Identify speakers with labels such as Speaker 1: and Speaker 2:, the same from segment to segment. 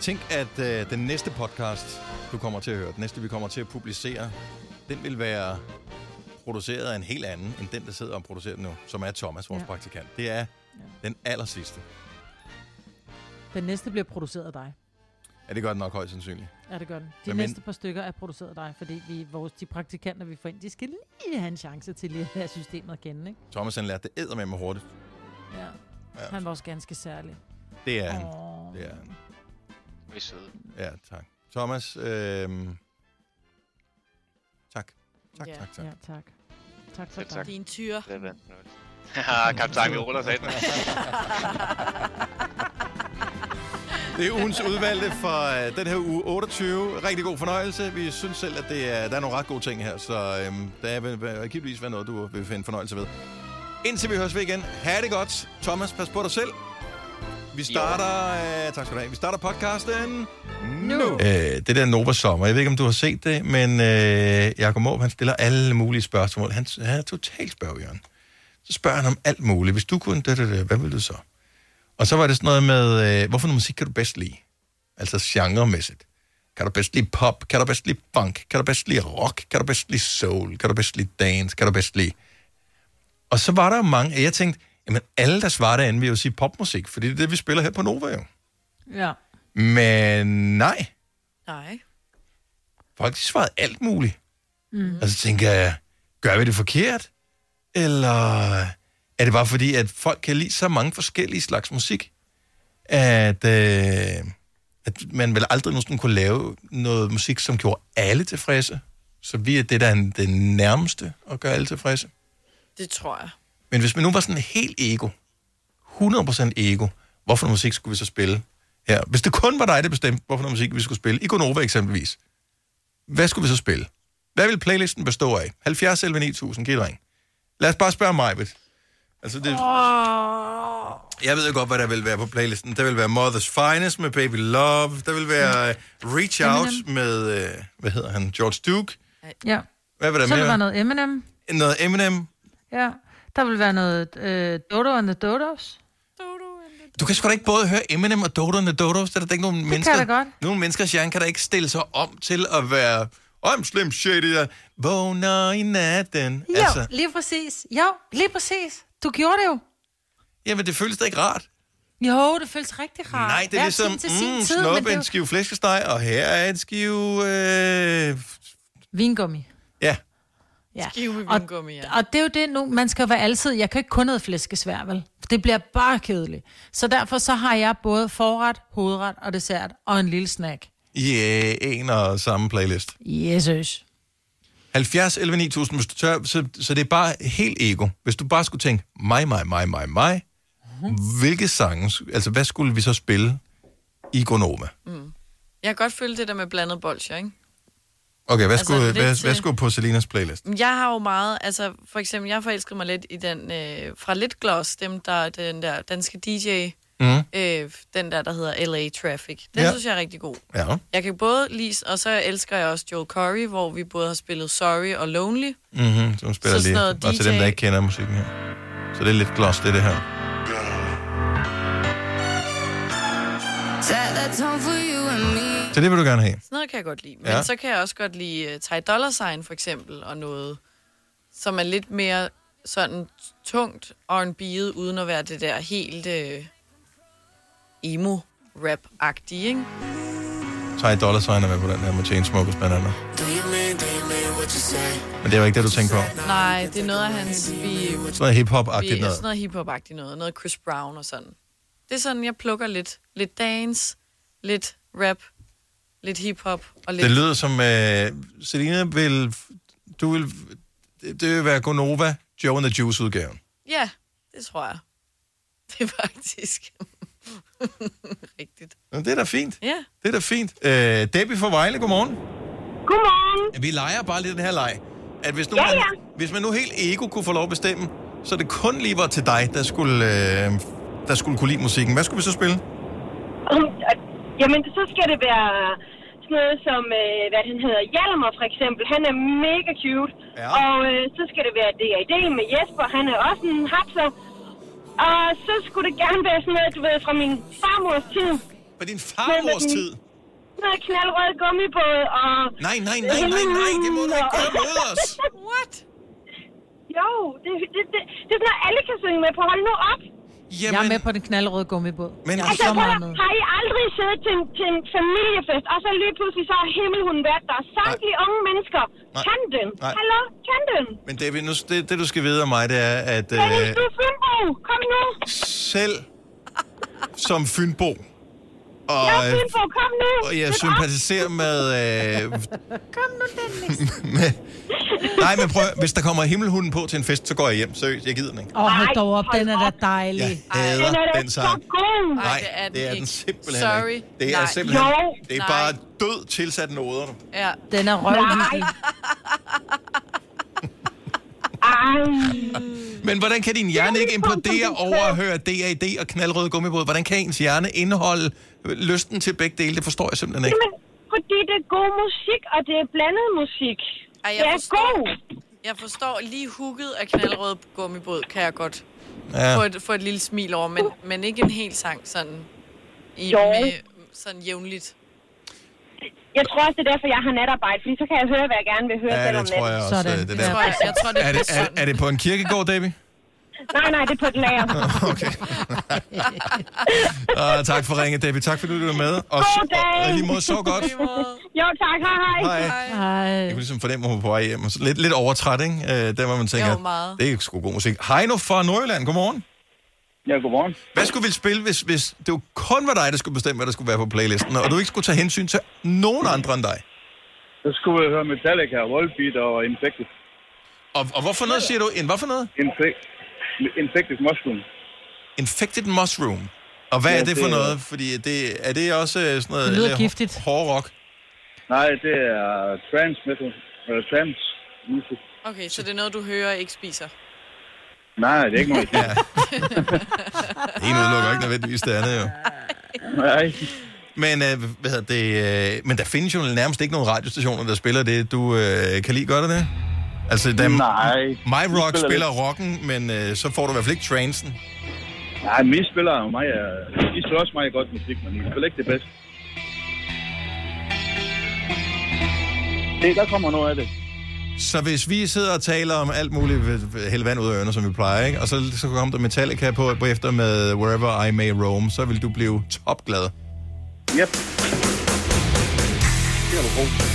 Speaker 1: Tænk, at øh, den næste podcast, du kommer til at høre, den næste, vi kommer til at publicere, den vil være produceret af en helt anden, end den, der sidder og producerer den nu, som er Thomas, vores ja.
Speaker 2: Ja.
Speaker 1: praktikant. Det er den aller sidste.
Speaker 2: Den næste bliver produceret af dig.
Speaker 1: Ja, det gør den nok højst sandsynligt.
Speaker 2: Ja, det gør den. De
Speaker 1: Men-
Speaker 2: Men næste par stykker er produceret af dig, fordi vi, vores, de praktikanter, vi får ind, de skal lige have en chance til lige at lære systemet at kende, ikke?
Speaker 1: Thomas, han lærte det med hurtigt.
Speaker 2: Ja.
Speaker 1: Ja.
Speaker 2: Han var også ganske særlig.
Speaker 1: Det er han.
Speaker 2: Åh.
Speaker 1: Det er han.
Speaker 3: Vi er søde.
Speaker 1: Ja, tak. Thomas, øh... tak. Tak, tak, tak.
Speaker 2: Ja, tak. Tak for
Speaker 3: Selv tak.
Speaker 2: tak.
Speaker 4: Din tyre.
Speaker 3: Det er vandt noget. Haha, kaptajn, vi ruller sig ind.
Speaker 1: Det er ugens udvalgte for øh, den her uge 28. Rigtig god fornøjelse. Vi synes selv, at det er, der er nogle ret gode ting her, så øhm, der vil vil- givetvis være noget, du vil finde fornøjelse ved. Indtil vi høres ved igen. Ha' det godt. Thomas, pas på dig selv. Vi starter, øh, tak skal du have. Vi starter podcasten nu.
Speaker 2: Nu.
Speaker 1: Øh, det der Nova Sommer, jeg ved ikke, om du har set det, men øh, Jacob Måb, han stiller alle mulige spørgsmål. Han, han er totalt spørgjørn. Så spørger han om alt muligt. Hvis du kunne, da, da, da, hvad ville du så? Og så var det sådan noget med, øh, hvorfor noget musik kan du bedst lide? Altså genremæssigt. Kan du bedst lide pop? Kan du bedst lide funk? Kan du bedst lide rock? Kan du bedst lide soul? Kan du bedst lide dance? Kan du bedst lide... Og så var der jo mange, og jeg tænkte, jamen alle, der svarer derinde, vil jo sige popmusik, fordi det er det, vi spiller her på Nova jo.
Speaker 2: Ja.
Speaker 1: Men nej,
Speaker 4: Nej.
Speaker 1: folk de svarede alt muligt. Mm. Og så tænker jeg, gør vi det forkert? Eller er det bare fordi, at folk kan lide så mange forskellige slags musik, at, øh, at man vel aldrig nogensinde kunne lave noget musik, som gjorde alle tilfredse? Så vi er det, der er en- det nærmeste at gøre alle tilfredse.
Speaker 4: Det tror jeg.
Speaker 1: Men hvis man nu var sådan helt ego, 100% ego, hvorfor noget musik skulle vi så spille her? Hvis det kun var dig, der bestemte, hvorfor noget musik vi skulle spille, i Gonova eksempelvis, hvad skulle vi så spille? Hvad vil playlisten bestå af? 70 eller 9000, giv et ring. Lad os bare spørge mig, ved. Altså, det... Jeg ved jo godt, hvad der vil være på playlisten. Der vil være Mother's Finest med Baby Love. Der vil være øh,
Speaker 2: Mm.
Speaker 1: Reach Out med, øh, hvad hedder han, George Duke.
Speaker 2: ja.
Speaker 1: Hvad vil der
Speaker 2: Så vil der
Speaker 1: mere?
Speaker 2: være noget Eminem.
Speaker 1: Noget Eminem.
Speaker 2: Ja. Der vil være noget øh, Dodo and the Dodos.
Speaker 1: Du kan sgu da ikke både høre Eminem og Dodo and the Dodos. Der er der ikke nogen det mennesker...
Speaker 2: jeg da godt.
Speaker 1: Nogle menneskers hjerne kan da ikke stille sig om til at være... I'm slim shady, jeg vågner i natten.
Speaker 2: Jo, altså. lige præcis. Jo, lige præcis. Du gjorde det jo.
Speaker 1: jamen det føles da ikke rart.
Speaker 2: Jo, det føles rigtig rart.
Speaker 1: Nej, det er
Speaker 2: Hver
Speaker 1: ligesom,
Speaker 2: sin til sin
Speaker 1: mm,
Speaker 2: tid, men
Speaker 1: snup
Speaker 2: det er
Speaker 1: en
Speaker 2: jo-
Speaker 1: skive flæskesteg, og her er en skive... Øh...
Speaker 2: Vingummi.
Speaker 1: Ja,
Speaker 2: Ja.
Speaker 4: Skive med
Speaker 2: Og-
Speaker 4: vingummi, ja.
Speaker 2: Og det er jo det nu, man skal jo være altid, jeg kan ikke kun have flæskesvær, vel? Det bliver bare kedeligt. Så derfor så har jeg både forret, hovedret og dessert og en lille snack.
Speaker 1: i øh, en og samme playlist.
Speaker 2: Jesus.
Speaker 1: 70 11 9000, hvis du tør, så, så det er bare helt ego. Hvis du bare skulle tænke, mig, mig, mig, mig, mig,
Speaker 4: Mhm.
Speaker 1: hvilke sange, altså hvad skulle vi så spille i Gonoma?
Speaker 4: Mm. Jeg kan godt føle det der med blandet bolsjer, ikke?
Speaker 1: Okay, hvad,
Speaker 4: Altså,
Speaker 1: skulle,
Speaker 4: lidt
Speaker 1: hvad,
Speaker 4: til-
Speaker 1: hvad skulle på Selinas playlist?
Speaker 4: Men Jeg har jo meget, altså for eksempel, jeg forelskede mig lidt i den øh, fra Litgloss, dem der, den der danske DJ,
Speaker 1: Mm.
Speaker 4: øh, den der, der hedder LA Traffic. Den
Speaker 1: Ja.
Speaker 4: ja. synes jeg er rigtig god.
Speaker 1: Ja.
Speaker 4: Jeg kan både lide, og så elsker jeg også Joel Corey, hvor vi både har spillet Sorry og Lonely.
Speaker 1: Mm-hmm, så hun spiller
Speaker 4: Så sådan
Speaker 1: lige.
Speaker 4: noget
Speaker 1: Og til dem,
Speaker 4: DJ.
Speaker 1: der ikke kender musikken her. Så det er lidt gloss, det, det her.
Speaker 5: Set that tone for you and me.
Speaker 1: Så det vil du gerne have.
Speaker 4: Sådan noget kan jeg godt lide. Men
Speaker 1: Ja.
Speaker 4: ja. så kan jeg også godt lide uh, Ty Dolla Sign for eksempel, og noget, som er lidt mere sådan tungt R&B'et, uden at være det der helt øh, emo-rap-agtige, ikke?
Speaker 1: Ty Dolla Sign er med på den her med Chainsmokers blandt andet. Men det var ikke det, du tænkte på.
Speaker 4: Nej, det er noget af hans, vi,
Speaker 1: Sådan noget
Speaker 4: vi
Speaker 1: hip-hop-agtigt
Speaker 4: er
Speaker 1: noget.
Speaker 4: sådan noget hiphop-agtigt noget, noget Chris Brown og sådan. Det er sådan, jeg plukker lidt, lidt dance, lidt rap, lidt hiphop og lidt...
Speaker 1: Det lyder som, øh, Selina vil, du vil, det, det vil være Gonova, Joe and the Juice udgaven.
Speaker 4: Ja, det tror jeg. Det er faktisk rigtigt.
Speaker 1: Nå, det er da fint.
Speaker 4: Ja.
Speaker 1: Det er da fint. Øh, Debbie fra Vejle, godmorgen.
Speaker 6: Godmorgen.
Speaker 1: Vi leger bare lidt den her leg. At hvis nu,
Speaker 6: Ja,
Speaker 1: man,
Speaker 6: ja.
Speaker 1: hvis man nu helt ego kunne få lov at bestemme, så det kun lige var til dig, der skulle, øh, der skulle kunne lide musikken. Hvad skulle vi så spille?
Speaker 6: Um, og- Jamen, så skal det være sådan noget som, øh, hvad han hedder, Hjalmar for eksempel. Han er mega cute.
Speaker 1: Ja.
Speaker 6: Og øh, så skal det være DAD med Jesper. Han er også en hapser. Og så skulle det gerne være sådan noget, du ved, fra min farmors tid.
Speaker 1: På din farmors tid.
Speaker 6: Noget knaldrød gummibåd og...
Speaker 1: Nej, nej, nej, nej, nej, det må du ikke gøre mod os.
Speaker 4: What?
Speaker 6: Jo, det, det, det, det er sådan noget, alle kan synge med på. Hold nu op.
Speaker 2: Jamen. Jeg er med på den knaldrøde gummibåd.
Speaker 1: Men-
Speaker 2: Men, jeg er
Speaker 6: Altså,
Speaker 2: så
Speaker 6: prøv,
Speaker 2: meget
Speaker 6: at-
Speaker 2: med.
Speaker 6: har I aldrig siddet til en, til en familiefest, og så lige pludselig så har himmelhunden været der. Samtlige unge mennesker.
Speaker 1: Nej.
Speaker 6: Kan den?
Speaker 1: Nej.
Speaker 6: Hallo? Kan den?
Speaker 1: Men David, nu, det, det du skal vide om mig, det er, at
Speaker 6: Dennis,
Speaker 1: øh,
Speaker 6: du er Fynbo. Kom nu.
Speaker 1: selv som Fynbo, og,
Speaker 6: Jeg er
Speaker 1: øh,
Speaker 6: Fynbo. Kom nu.
Speaker 1: og jeg
Speaker 6: Lidt
Speaker 1: sympatiserer med... Øh, med nej, men prøv, at- hvis der kommer himmelhunden på til en fest, så går jeg hjem. Seriøst, jeg gider den ikke.
Speaker 2: Åh, hold
Speaker 6: Ej,
Speaker 2: dog op,
Speaker 6: hold
Speaker 2: den er da
Speaker 6: op.
Speaker 2: dejlig.
Speaker 1: Jeg
Speaker 4: Ej,
Speaker 1: hader
Speaker 6: Den er da
Speaker 1: den
Speaker 6: så
Speaker 1: sang.
Speaker 6: god.
Speaker 1: Nej,
Speaker 4: det er den
Speaker 1: det er den
Speaker 4: ikke.
Speaker 1: simpelthen
Speaker 4: Sorry.
Speaker 1: ikke. Det er
Speaker 4: Nej.
Speaker 1: simpelthen...
Speaker 6: Jo.
Speaker 1: Det er
Speaker 4: Nej.
Speaker 1: bare død tilsat noder. du.
Speaker 4: Ja.
Speaker 2: Den er røvhyggelig.
Speaker 6: Ej.
Speaker 1: Men hvordan kan din hjerne
Speaker 6: Det er
Speaker 1: ikke
Speaker 6: ligesom, som
Speaker 1: implodere
Speaker 6: du
Speaker 1: over at
Speaker 6: sagde.
Speaker 1: høre DAD og knaldrøde gummibåd? Hvordan kan ens hjerne indeholde øh, lysten til begge dele? Det forstår jeg simpelthen ikke.
Speaker 6: Jamen, fordi det er god musik, og det er blandet musik.
Speaker 4: Ej, jeg
Speaker 6: det er
Speaker 4: forstår.
Speaker 6: god.
Speaker 4: Jeg forstår lige hugget af knaldrød gummibåd, kan jeg godt
Speaker 1: Ja.
Speaker 4: få et, få et lille smil over, men, men ikke en hel sang sådan, i,
Speaker 6: Jo.
Speaker 4: med, sådan jævnligt.
Speaker 6: Jeg tror også, det er derfor, jeg har natarbejde, fordi så kan jeg høre, hvad jeg gerne vil høre selv
Speaker 1: Ja,
Speaker 6: om
Speaker 1: det tror
Speaker 6: natten.
Speaker 1: jeg også.
Speaker 2: Sådan.
Speaker 1: øh, Det
Speaker 2: Ja.
Speaker 4: Jeg tror,
Speaker 1: der.
Speaker 4: jeg, jeg tror det
Speaker 1: Er,
Speaker 4: er,
Speaker 1: det, er,
Speaker 4: sådan.
Speaker 1: er det på en kirkegård, Davy?
Speaker 6: Nej, nej, det er på et lager.
Speaker 1: Okay. uh, tak for ringet, Davy. Tak fordi du var med. Og,
Speaker 6: God dag.
Speaker 1: og lige måde, så godt.
Speaker 4: Lige måde.
Speaker 6: jo, tak. Hej, hej.
Speaker 1: Hej.
Speaker 4: Øh.
Speaker 2: Ej.
Speaker 1: Jeg kunne ligesom fornemme, at hun var på vej hjem. Og så Lidt, lidt overtræt, ikke? Øh, der var man tænker,
Speaker 4: Jo, meget.
Speaker 1: det er sgu god musik. Heino fra Nordjylland, godmorgen.
Speaker 7: Ja, godmorgen.
Speaker 1: Hvad skulle vi spille, hvis, hvis det jo kun var dig, der skulle bestemme, hvad der skulle være på playlisten, og du ikke skulle tage hensyn til nogen andre end dig?
Speaker 7: Så skulle jeg høre Metallica, Volbeat og Infected.
Speaker 1: Og, og hvorfor noget, siger du? En hvad for noget?
Speaker 7: Infect, Infected Mushroom.
Speaker 1: Infected Mushroom. Og hvad
Speaker 7: Ja,
Speaker 1: er det for
Speaker 7: det er-
Speaker 1: noget? Fordi det, er det også øh, sådan noget...
Speaker 2: Det lyder
Speaker 1: eller
Speaker 2: giftigt.
Speaker 1: Hård rock.
Speaker 7: Nej, det er trans metal. Eller trans music.
Speaker 4: Okay, så det er noget, du hører og ikke spiser.
Speaker 7: Nej, det er ikke noget. ja.
Speaker 1: Det ene udelukker ikke nødvendigvis det andet, jo.
Speaker 7: Nej.
Speaker 1: Men, øh, hvad hedder det, øh, men der findes jo nærmest ikke nogen radiostationer, der spiller det, du øh, kan lide. Gør der det? Altså, der,
Speaker 7: Nej.
Speaker 1: My Rock
Speaker 7: Vi
Speaker 1: spiller,
Speaker 7: spiller
Speaker 1: spiller rocken, men øh, så får du i hvert fald ikke trancen.
Speaker 7: Nej, mine spillere og mig er... De spiller også meget godt musik, men de spiller ikke det bedste. Det, der kommer noget af det.
Speaker 1: Så hvis vi sidder og taler om alt muligt, øh, hælde vand ud af ørerne, som vi plejer, ikke? og så, så kommer der Metallica på, på efter med Wherever I May Roam, så vil du blive topglad.
Speaker 7: Yep. Det er du god. til.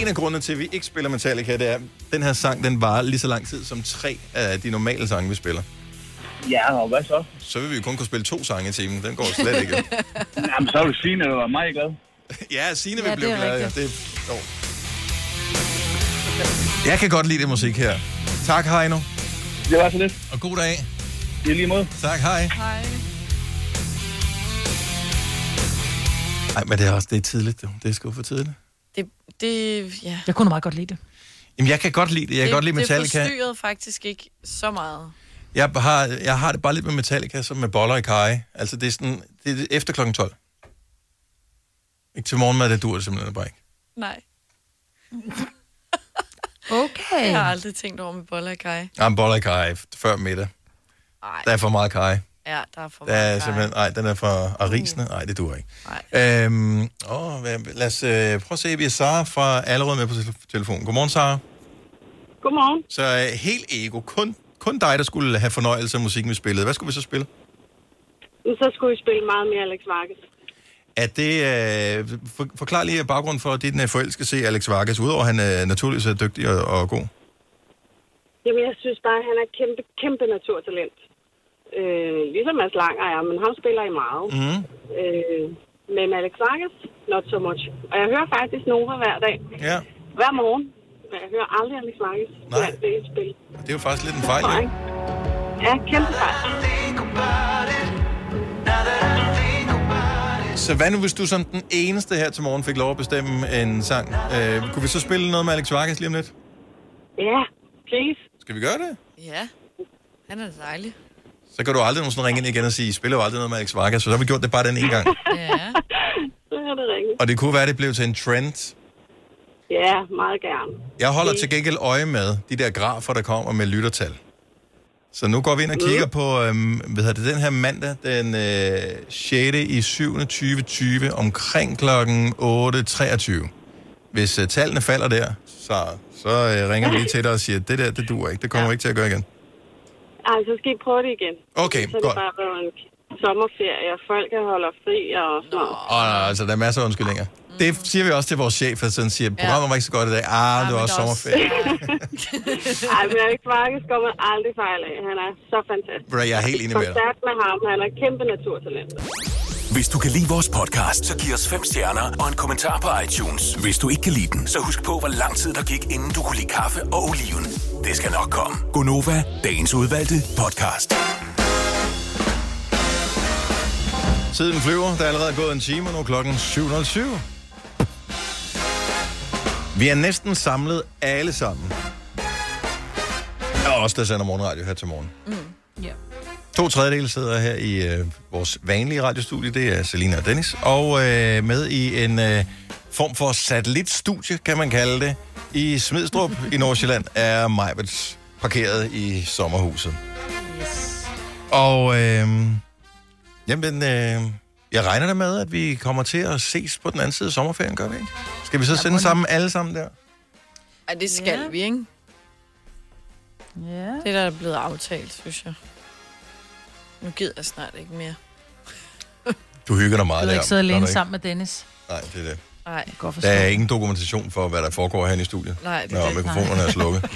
Speaker 1: En af grundene til, at vi ikke spiller Metallica, det er, at den her sang, den varer lige så lang tid som tre af de normale sange, vi spiller.
Speaker 7: Ja, og hvad så?
Speaker 1: Så vil vi jo kun kunne spille to sange i timen. Den går slet ikke.
Speaker 7: Jamen, så vil Signe være meget glad.
Speaker 1: Ja, Signe vil
Speaker 2: Ja,
Speaker 1: ja,
Speaker 2: det
Speaker 1: blive
Speaker 2: er
Speaker 1: glad. Ja.
Speaker 2: rigtigt.
Speaker 1: Det, jo. Jeg kan godt lide det musik her. Tak, Heino.
Speaker 7: Det var så lidt.
Speaker 1: Og god dag.
Speaker 7: I lige måde.
Speaker 1: Tak, hej.
Speaker 4: Hej.
Speaker 1: Nej, men det er også det er tidligt. jo. Det er sgu for tidligt.
Speaker 4: Det, det, ja.
Speaker 2: Jeg kunne meget godt lide det.
Speaker 1: Jamen, jeg kan godt lide det. Jeg kan
Speaker 4: det,
Speaker 1: godt lide
Speaker 4: Det
Speaker 1: Metallica.
Speaker 4: forstyrrede faktisk ikke så meget.
Speaker 1: Jeg har, jeg har det bare lidt med Metallica, som med boller i kaj. Altså, det er sådan... Det er efter klokken 12. Ikke til morgenmad, det dur det simpelthen bare ikke.
Speaker 4: Nej,
Speaker 2: Okay.
Speaker 4: jeg har aldrig tænkt over med boller og kaj.
Speaker 1: Jamen, Ah, boller i kaj før middag.
Speaker 4: Ej.
Speaker 1: Der er for meget kaj.
Speaker 4: Ja, der er for
Speaker 1: Der er
Speaker 4: meget
Speaker 1: simpelthen, nej, den er fra Arisene. Nej, det duer ikke. Øhm, åh, hvad- lad os øh, prøve at se, vi har Sara fra allerede med på tel- telefonen. Godmorgen, Sara.
Speaker 6: Godmorgen.
Speaker 1: Så øh, helt ego, kun, kun dig, der skulle have fornøjelse af musikken, vi spillede. Hvad skulle vi så spille?
Speaker 6: Så skulle I spille meget mere Alex Markes.
Speaker 1: Er det, øh, for, forklar lige baggrunden for, at dine øh, forældre skal se Alex Vargas, udover at han øh, naturligvis er dygtig og, og god.
Speaker 6: Jamen, jeg synes bare, at han er et kæmpe, kæmpe naturtalent. Øh, ligesom Mads Langer er, men ham spiller I meget.
Speaker 1: Mhm.
Speaker 6: Øh, men Alex Vargas, not so much. Og jeg hører faktisk Nova hver dag.
Speaker 1: Ja,
Speaker 6: Hver morgen. Men jeg hører aldrig Alex Vargas.
Speaker 1: Nej.
Speaker 6: Nej. Det er et spil.
Speaker 1: og det er jo faktisk lidt en fejl,
Speaker 6: Nej.
Speaker 1: ikke?
Speaker 6: Ja, kæmpe fejl.
Speaker 1: Så hvad nu, hvis du som den eneste her til morgen fik lov at bestemme en sang? Øh, kunne vi så spille noget med Alex Vargas lige om lidt?
Speaker 6: Ja, please.
Speaker 1: Skal vi gøre det?
Speaker 4: Ja, han er dejlig.
Speaker 1: så kan du aldrig nogensinde ringe ind igen og sige, I spiller jo aldrig noget med Alex Vargas, så så har vi gjort det bare den ene gang.
Speaker 4: Ja.
Speaker 6: Så er det rigtigt.
Speaker 1: Og det kunne være, det blev til en trend.
Speaker 6: Ja, meget gerne.
Speaker 1: Jeg holder til gengæld øje med de der grafer, der kommer med lyttertal. Så nu går vi ind og kigger på øhm, hvad hedder det, den her mandag, den øh, 6. i 7. 2020, omkring klokken 8.23. Hvis øh, tallene falder der, så, så øh, ringer vi lige til dig og siger, det der, det duer ikke, det kommer ja. ikke til at gøre igen.
Speaker 8: Ej, så skal I prøve det igen.
Speaker 1: Okay,
Speaker 8: så er
Speaker 1: godt.
Speaker 8: det bare blevet en sommerferie, og folk er holder fri og sådan noget.
Speaker 1: Åh, nej, altså, der er masser af undskyldninger. Det siger vi også til vores chef, at sådan siger, programmet var ikke så godt i dag. Ah, det var
Speaker 4: men
Speaker 1: også
Speaker 4: der er
Speaker 1: sommerferie.
Speaker 8: Ej, men Erik Varkes går man aldrig fejl af. Han er så fantastisk.
Speaker 1: Bro, jeg er helt enig med dig.
Speaker 8: Koncert med ham, han er kæmpe naturtalent.
Speaker 9: Hvis du kan lide vores podcast, så giv os fem stjerner og en kommentar på iTunes. Hvis du ikke kan lide den, så husk på, hvor lang tid der gik, inden du kunne lide kaffe og oliven. Det skal nok komme. Gonova, dagens udvalgte podcast.
Speaker 1: Tiden flyver. Der er allerede gået en time, og nu er klokken 7.07. Vi er næsten samlet alle sammen. Og også der sender morgenradio her til morgen.
Speaker 2: Mm, Ja.
Speaker 1: To tredjedele sidder her i øh, vores vanlige radiostudie. Det er Selina og Dennis. Og øh, med i en øh, form for satellitstudie, kan man kalde det, i Smidstrup i Nordsjælland, er Majbets parkeret i sommerhuset. Og øh, jamen, øh, jeg regner da med, at vi kommer til at ses på den anden side af sommerferien, gør vi ikke? Skal vi så sende sammen alle sammen der?
Speaker 4: Ej, det skal
Speaker 2: Ja.
Speaker 4: vi, ikke?
Speaker 2: Ja.
Speaker 4: Det, der er blevet aftalt, synes jeg. Nu gider jeg snart ikke mere.
Speaker 1: Du hygger dig meget
Speaker 2: Du
Speaker 1: der.
Speaker 2: har ikke siddet
Speaker 1: gør
Speaker 2: alene
Speaker 1: du ikke?
Speaker 2: sammen med Dennis.
Speaker 1: Nej, det er det.
Speaker 4: Nej,
Speaker 2: Godt forstå.
Speaker 1: Der er ingen dokumentation for, hvad der foregår herinde i studiet.
Speaker 4: nej, det
Speaker 1: Nå,
Speaker 4: er det.
Speaker 1: mikrofonerne er slukket.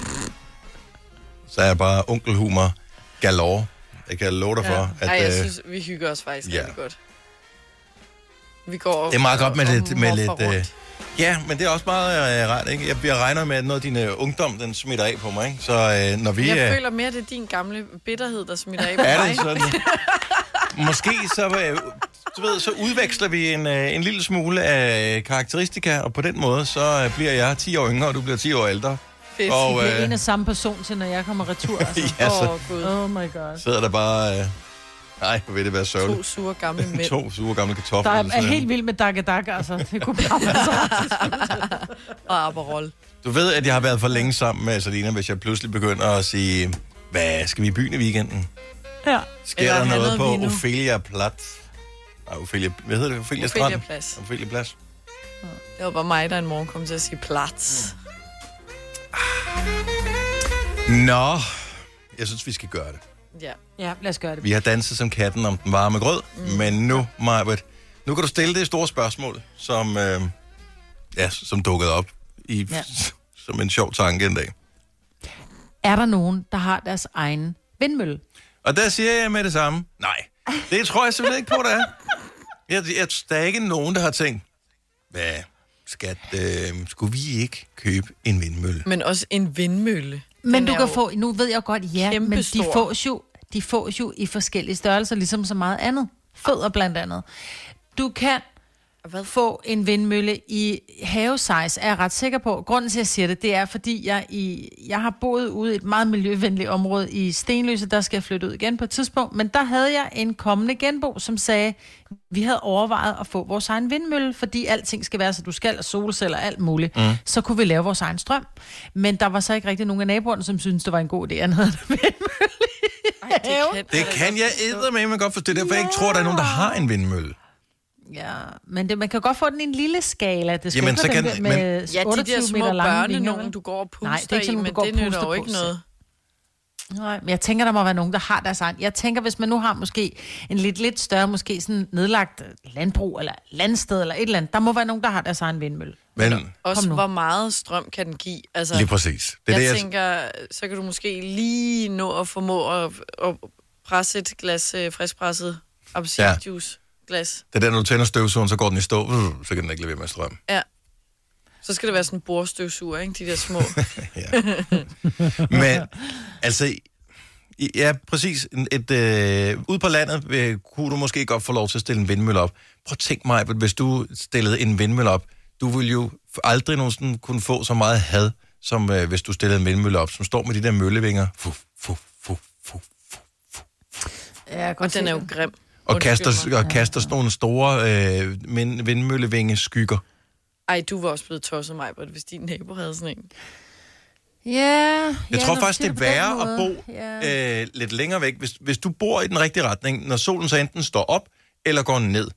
Speaker 1: Så er jeg bare onkelhumor galore. Jeg kan love dig for, ja. at...
Speaker 4: Ej, jeg
Speaker 1: øh,
Speaker 4: synes, vi hygger os faktisk
Speaker 1: ja.
Speaker 4: ja. rigtig godt. Vi går
Speaker 1: Det er meget godt med
Speaker 4: og-
Speaker 1: lidt-
Speaker 4: og
Speaker 1: med
Speaker 4: moffer
Speaker 1: lidt,
Speaker 4: rundt.
Speaker 1: øh, Ja, men det er også meget øh, rart, ikke? Jeg, jeg regner med, at noget af din øh, ungdom, den smitter af på mig, ikke? Så øh, når vi...
Speaker 4: Jeg
Speaker 1: øh,
Speaker 4: føler mere, det er din gamle bitterhed, der smitter af på
Speaker 1: er
Speaker 4: mig.
Speaker 1: det sådan... Måske så, øh, du ved, så udveksler vi en, øh, en lille smule af øh, karakteristika, og på den måde, så øh, bliver jeg 10 år yngre, og du bliver 10 år ældre.
Speaker 4: Fedt.
Speaker 1: Og,
Speaker 2: Vi
Speaker 1: øh,
Speaker 2: er en og samme person til, når jeg kommer retur. Altså.
Speaker 1: ja,
Speaker 4: Åh,
Speaker 1: så
Speaker 4: oh, gud.
Speaker 2: Oh my god.
Speaker 1: sidder der bare... Øh, nej, hvor vil det være sørgeligt.
Speaker 4: To sure gamle mænd.
Speaker 1: To sure gamle
Speaker 2: Der
Speaker 1: kartofler.
Speaker 2: er,
Speaker 1: Sådan.
Speaker 2: er helt vild med dak dak, altså. Det kunne bare være så.
Speaker 4: Og Aperol.
Speaker 1: Du ved, at jeg har været for længe sammen med Salina, hvis jeg pludselig begynder at sige, hvad skal vi i byen i weekenden?
Speaker 2: Ja.
Speaker 1: Sker
Speaker 4: Eller
Speaker 1: der
Speaker 4: have
Speaker 1: noget
Speaker 4: noget
Speaker 1: på
Speaker 4: vino."
Speaker 1: Ophelia Plat? Nej, Ophelia, hvad hedder det? Ophelia, Strand?
Speaker 4: Ophelia Plads.
Speaker 1: Ophelia Plads.
Speaker 4: Det var bare mig, der en morgen kom til at sige plats. Mm.
Speaker 1: Nå, jeg synes, vi skal gøre det.
Speaker 4: Ja.
Speaker 2: ja, lad os gøre det.
Speaker 1: Vi har danset som katten om den varme grød, mm. men nu, Marbet, nu kan du stille det store spørgsmål, som, øh, ja, som dukkede op i, ja.
Speaker 2: Ja.
Speaker 1: som en sjov tanke en dag.
Speaker 2: Er der nogen, der har deres egen vindmølle?
Speaker 1: Og der siger jeg med det samme, nej, det tror jeg simpelthen ikke på, det er. Jeg, jeg, der er ikke nogen, der har tænkt, hvad, skat, øh, skulle vi ikke købe en vindmølle?
Speaker 4: Men også en vindmølle.
Speaker 2: Men
Speaker 4: Den
Speaker 2: du
Speaker 4: er
Speaker 2: kan
Speaker 4: jo
Speaker 2: få, nu ved jeg godt, ja, men de
Speaker 4: kæmpestor.
Speaker 2: fås, jo, de fås jo i forskellige størrelser, ligesom så meget andet. Fødder blandt andet. Du kan
Speaker 4: Hvad?
Speaker 2: få en vindmølle i havesize, er jeg ret sikker på. Grunden til, at jeg siger det, det er, fordi jeg, i, jeg har boet ude i et meget miljøvenligt område i Stenløse. Der skal jeg flytte ud igen på et tidspunkt. Men der havde jeg en kommende genbo, som sagde, vi havde overvejet at få vores egen vindmølle, fordi alting skal være, så du skal, og solceller og alt muligt. Mm. Så kunne vi lave vores egen strøm. Men der var så ikke rigtig nogen af naboerne, som syntes, det var en god idé, at han havde en vindmølle i haven.
Speaker 4: kan-
Speaker 1: Det kan jeg eddermame godt forstå, Det er derfor jeg ikke tror, der er nogen, der har en vindmølle.
Speaker 2: Ja, men det, man kan godt få den i en lille skala. Det skal
Speaker 1: Jamen,
Speaker 2: Jamen, ikke
Speaker 1: så
Speaker 2: være den
Speaker 1: kan-
Speaker 2: der
Speaker 1: men-
Speaker 2: med
Speaker 4: Ja, de
Speaker 2: 28
Speaker 4: der små
Speaker 2: meter lange
Speaker 4: børne,
Speaker 2: vinger,
Speaker 4: nogen
Speaker 2: vel?
Speaker 4: du går og puster
Speaker 2: Nej, det er ikke
Speaker 4: i,
Speaker 2: sådan, nogen,
Speaker 4: men
Speaker 2: du går
Speaker 4: det
Speaker 2: og
Speaker 4: nytter
Speaker 2: puster
Speaker 4: jo
Speaker 2: på
Speaker 4: ikke
Speaker 2: selv.
Speaker 4: noget.
Speaker 2: Nej, men jeg tænker, der må være nogen, der har deres egen. Jeg tænker, hvis man nu har måske en lidt, lidt større, måske sådan nedlagt øh, landbrug eller landsted eller et eller andet, der må være nogen, der har deres egen vindmølle.
Speaker 1: Men
Speaker 4: Også
Speaker 2: Kom nu.
Speaker 4: hvor meget strøm kan den give. Altså,
Speaker 1: lige præcis. Det er
Speaker 4: jeg
Speaker 1: det, jeg,
Speaker 4: tænker, så kan du måske lige nå at formå at, at presse et glas øh, friskpresset appelsinjuice-glas.
Speaker 1: det er der, når du tænder støvsugeren, så går den i stå, uh, så kan den ikke levere med strøm.
Speaker 4: Ja. Så skal det være sådan en bordstøvsuger, ikke? De der små.
Speaker 1: Men altså, i- ja, præcis. Et, øh, ude på landet øh, kunne du måske godt få lov til at stille en vindmølle op. Prøv at tænk mig, hvis du stillede en vindmølle op. Du ville jo aldrig nogensinde kunne få så meget had, som øh, hvis du stillede en vindmølle op, som står med de der møllevinger. Fu, fu, fu, fu, fu.
Speaker 2: Ja, godt
Speaker 4: Og den er jo grim.
Speaker 1: Og
Speaker 4: Undskyld
Speaker 1: kaster,
Speaker 4: mig.
Speaker 1: og kaster sådan nogle store øh, vind- vindmøllevinge skygger.
Speaker 4: Ej, du var også blevet tosset mig, hvis din nabo havde sådan en.
Speaker 2: Ja, jeg
Speaker 1: Jeg tror faktisk, det er værre at bo øh, lidt længere væk, hvis, hvis du bor i den rigtige retning, når solen så enten står op eller går ned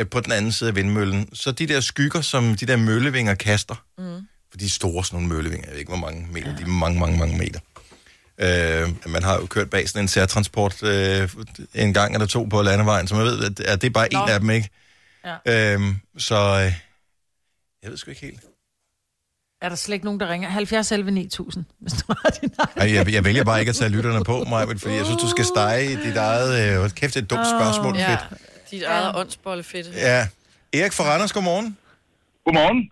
Speaker 1: øh, på den anden side af vindmøllen, så de der skygger, som de der møllevinger kaster, mm. for de er store sådan nogle møllevinger, jeg ved ikke, hvor mange meter, ja. de er mange, mange, mange meter. Øh, man har jo kørt bag sådan en særtransport øh, en gang eller to på landevejen, så man ved, at- at det er bare en
Speaker 4: Nå.
Speaker 1: af dem, ikke? Ja. Øh, så øh, jeg ved sgu ikke helt.
Speaker 2: Er der slet ikke nogen, der ringer? 70 11 9000, hvis du har din egen.
Speaker 1: Ej, jeg, jeg vælger bare ikke at tage lytterne på, Maja, fordi jeg synes, du skal stege i dit eget... Øh, hold kæft, det er et dumt spørgsmål. Oh,
Speaker 4: Ja,
Speaker 1: fedt.
Speaker 4: dit eget åndsbolle fedt. Ja.
Speaker 1: Ja. Erik fra Randers, godmorgen.
Speaker 10: Godmorgen.